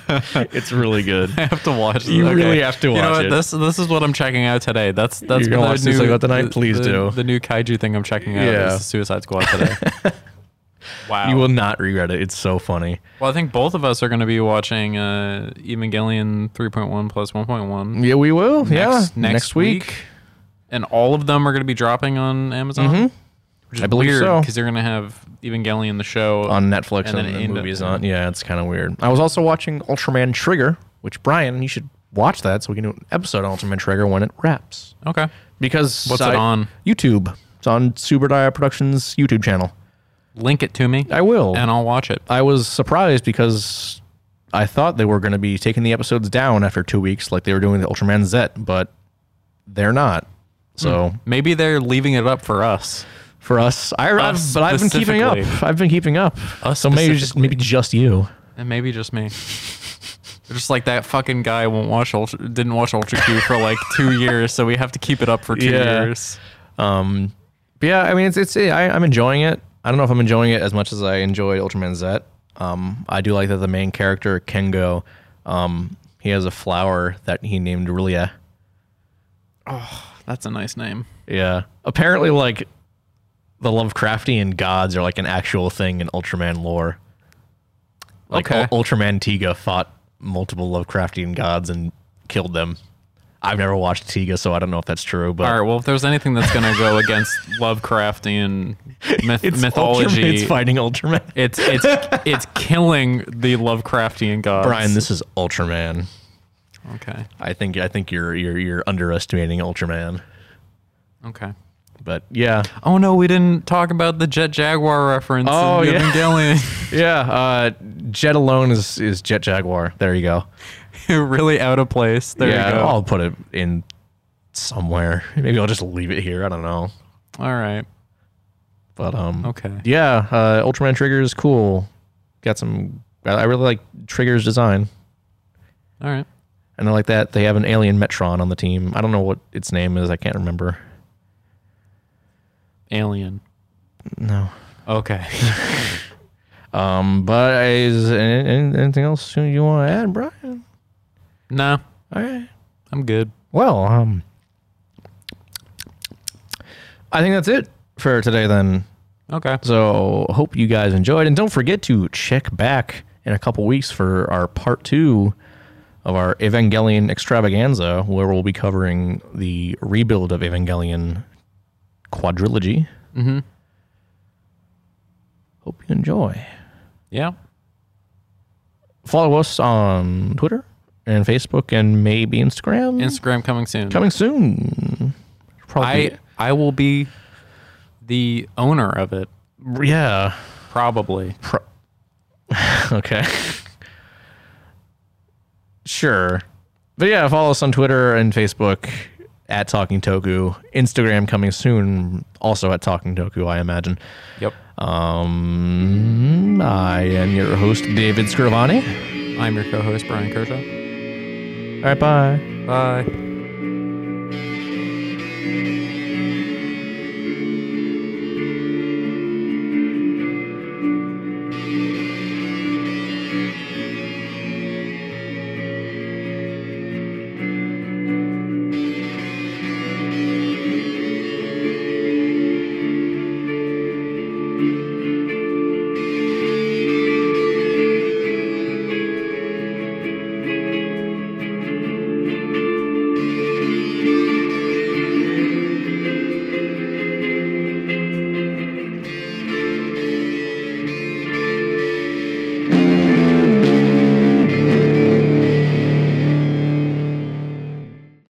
A: it's really good.
B: I have to watch.
A: You
B: this.
A: really have to
B: You know
A: watch
B: what?
A: it.
B: This this is what I'm checking out today. That's that's
A: You're gonna
B: the
A: watch this like tonight? Please
B: the,
A: do.
B: the new kaiju thing. I'm checking out
A: Yeah.
B: is the Suicide Squad today. wow.
A: You will not regret it. It's so funny.
B: well, I think both of us are going to be watching uh, Evangelion 3.1 plus 1.1
A: Yeah, we will.
B: next, week. and all of them are going to be dropping on Amazon.
A: Mm-hmm.
B: Which is
A: I believe
B: weird
A: so.
B: because they're going to have Evangelion the show
A: on Netflix and,
B: And then
A: the
B: end up-
A: movies on. Yeah, it's kind of weird. I was also watching Ultraman Trigger, which Brian, you should watch that so we can do an episode on Ultraman Trigger when it wraps.
B: Okay.
A: Because
B: What's it on?
A: YouTube. It's on Super Dia Productions YouTube channel.
B: Link it to me.
A: I will.
B: and I'll watch it.
A: I was surprised because I thought they were going to be taking the episodes down after two weeks, like they were doing the Ultraman Z, but they're not. So
B: Maybe they're leaving it up for us.
A: for us, I, I've,
B: Us
A: but I've been keeping up.
B: specifically.
A: I've been keeping up. so maybe just maybe just you.
B: And maybe just me. just like that fucking guy won't watch Ultra, didn't watch Ultra Q for like two years, so we have to keep it up for two
A: Yeah.
B: years.
A: Um, but yeah, I mean, it's it's I, I'm enjoying it. I don't know if I'm enjoying it as much as I enjoyed Ultraman Z. Um, I do like that the main character Kengo, um, he has a flower that he named Rulia.
B: That's a nice name.
A: Yeah, apparently, like the Lovecraftian gods are like an actual thing in Ultraman lore. Like
B: Okay.
A: Ul- Ultraman Tiga fought multiple Lovecraftian gods and killed them. I've never watched Tiga, so I don't know if that's true. But
B: All right. Well, if there's anything that's gonna go against Lovecraftian myth-
A: it's
B: mythology,
A: Ultraman, it's fighting Ultraman.
B: it's it's it's killing the Lovecraftian gods.
A: Brian, this is Ultraman.
B: Okay.
A: I think I think you're you're you're underestimating Ultraman.
B: Okay.
A: But yeah,
B: Oh no, we didn't talk about the Jet Jaguar reference.
A: Oh,
B: in
A: yeah.
B: Evangelion.
A: yeah. Uh, Jet alone is is Jet Jaguar. There you go.
B: really out of place. There
A: yeah,
B: you go.
A: I'll put it in somewhere. Maybe I'll just leave it here. I don't know.
B: All right.
A: But um,
B: Okay.
A: yeah. Uh, Ultraman Trigger is cool. Got some. I I really like Trigger's design,
B: All right.
A: and I like that they have an alien Metron on the team. I don't know what its name is. I can't remember.
B: Alien.
A: No.
B: Okay.
A: Um, but is an- an- anything else you want to add, Brian?
B: No,
A: All right.
B: I'm good.
A: Well, um, I think that's it for today then.
B: Okay.
A: So hope you guys enjoyed, and don't forget to check back in a couple weeks for our part two of our Evangelion extravaganza, where we'll be covering the rebuild of Evangelion quadrilogy. Mm-hmm. Hope you enjoy.
B: Yeah.
A: Follow us on Twitter and Facebook and maybe Instagram.
B: Instagram coming soon.
A: Coming soon. Probably.
B: I I will be the owner of it
A: yeah.
B: probably.
A: Pro- okay. sure. But yeah, follow us on Twitter and Facebook at Talking Toku. Instagram coming soon, also at Talking Toku, I imagine.
B: Yep.
A: Um, I am your host, David Scrivani.
B: I'm your co-host Brian Kershaw.
A: All right, bye.
B: Bye.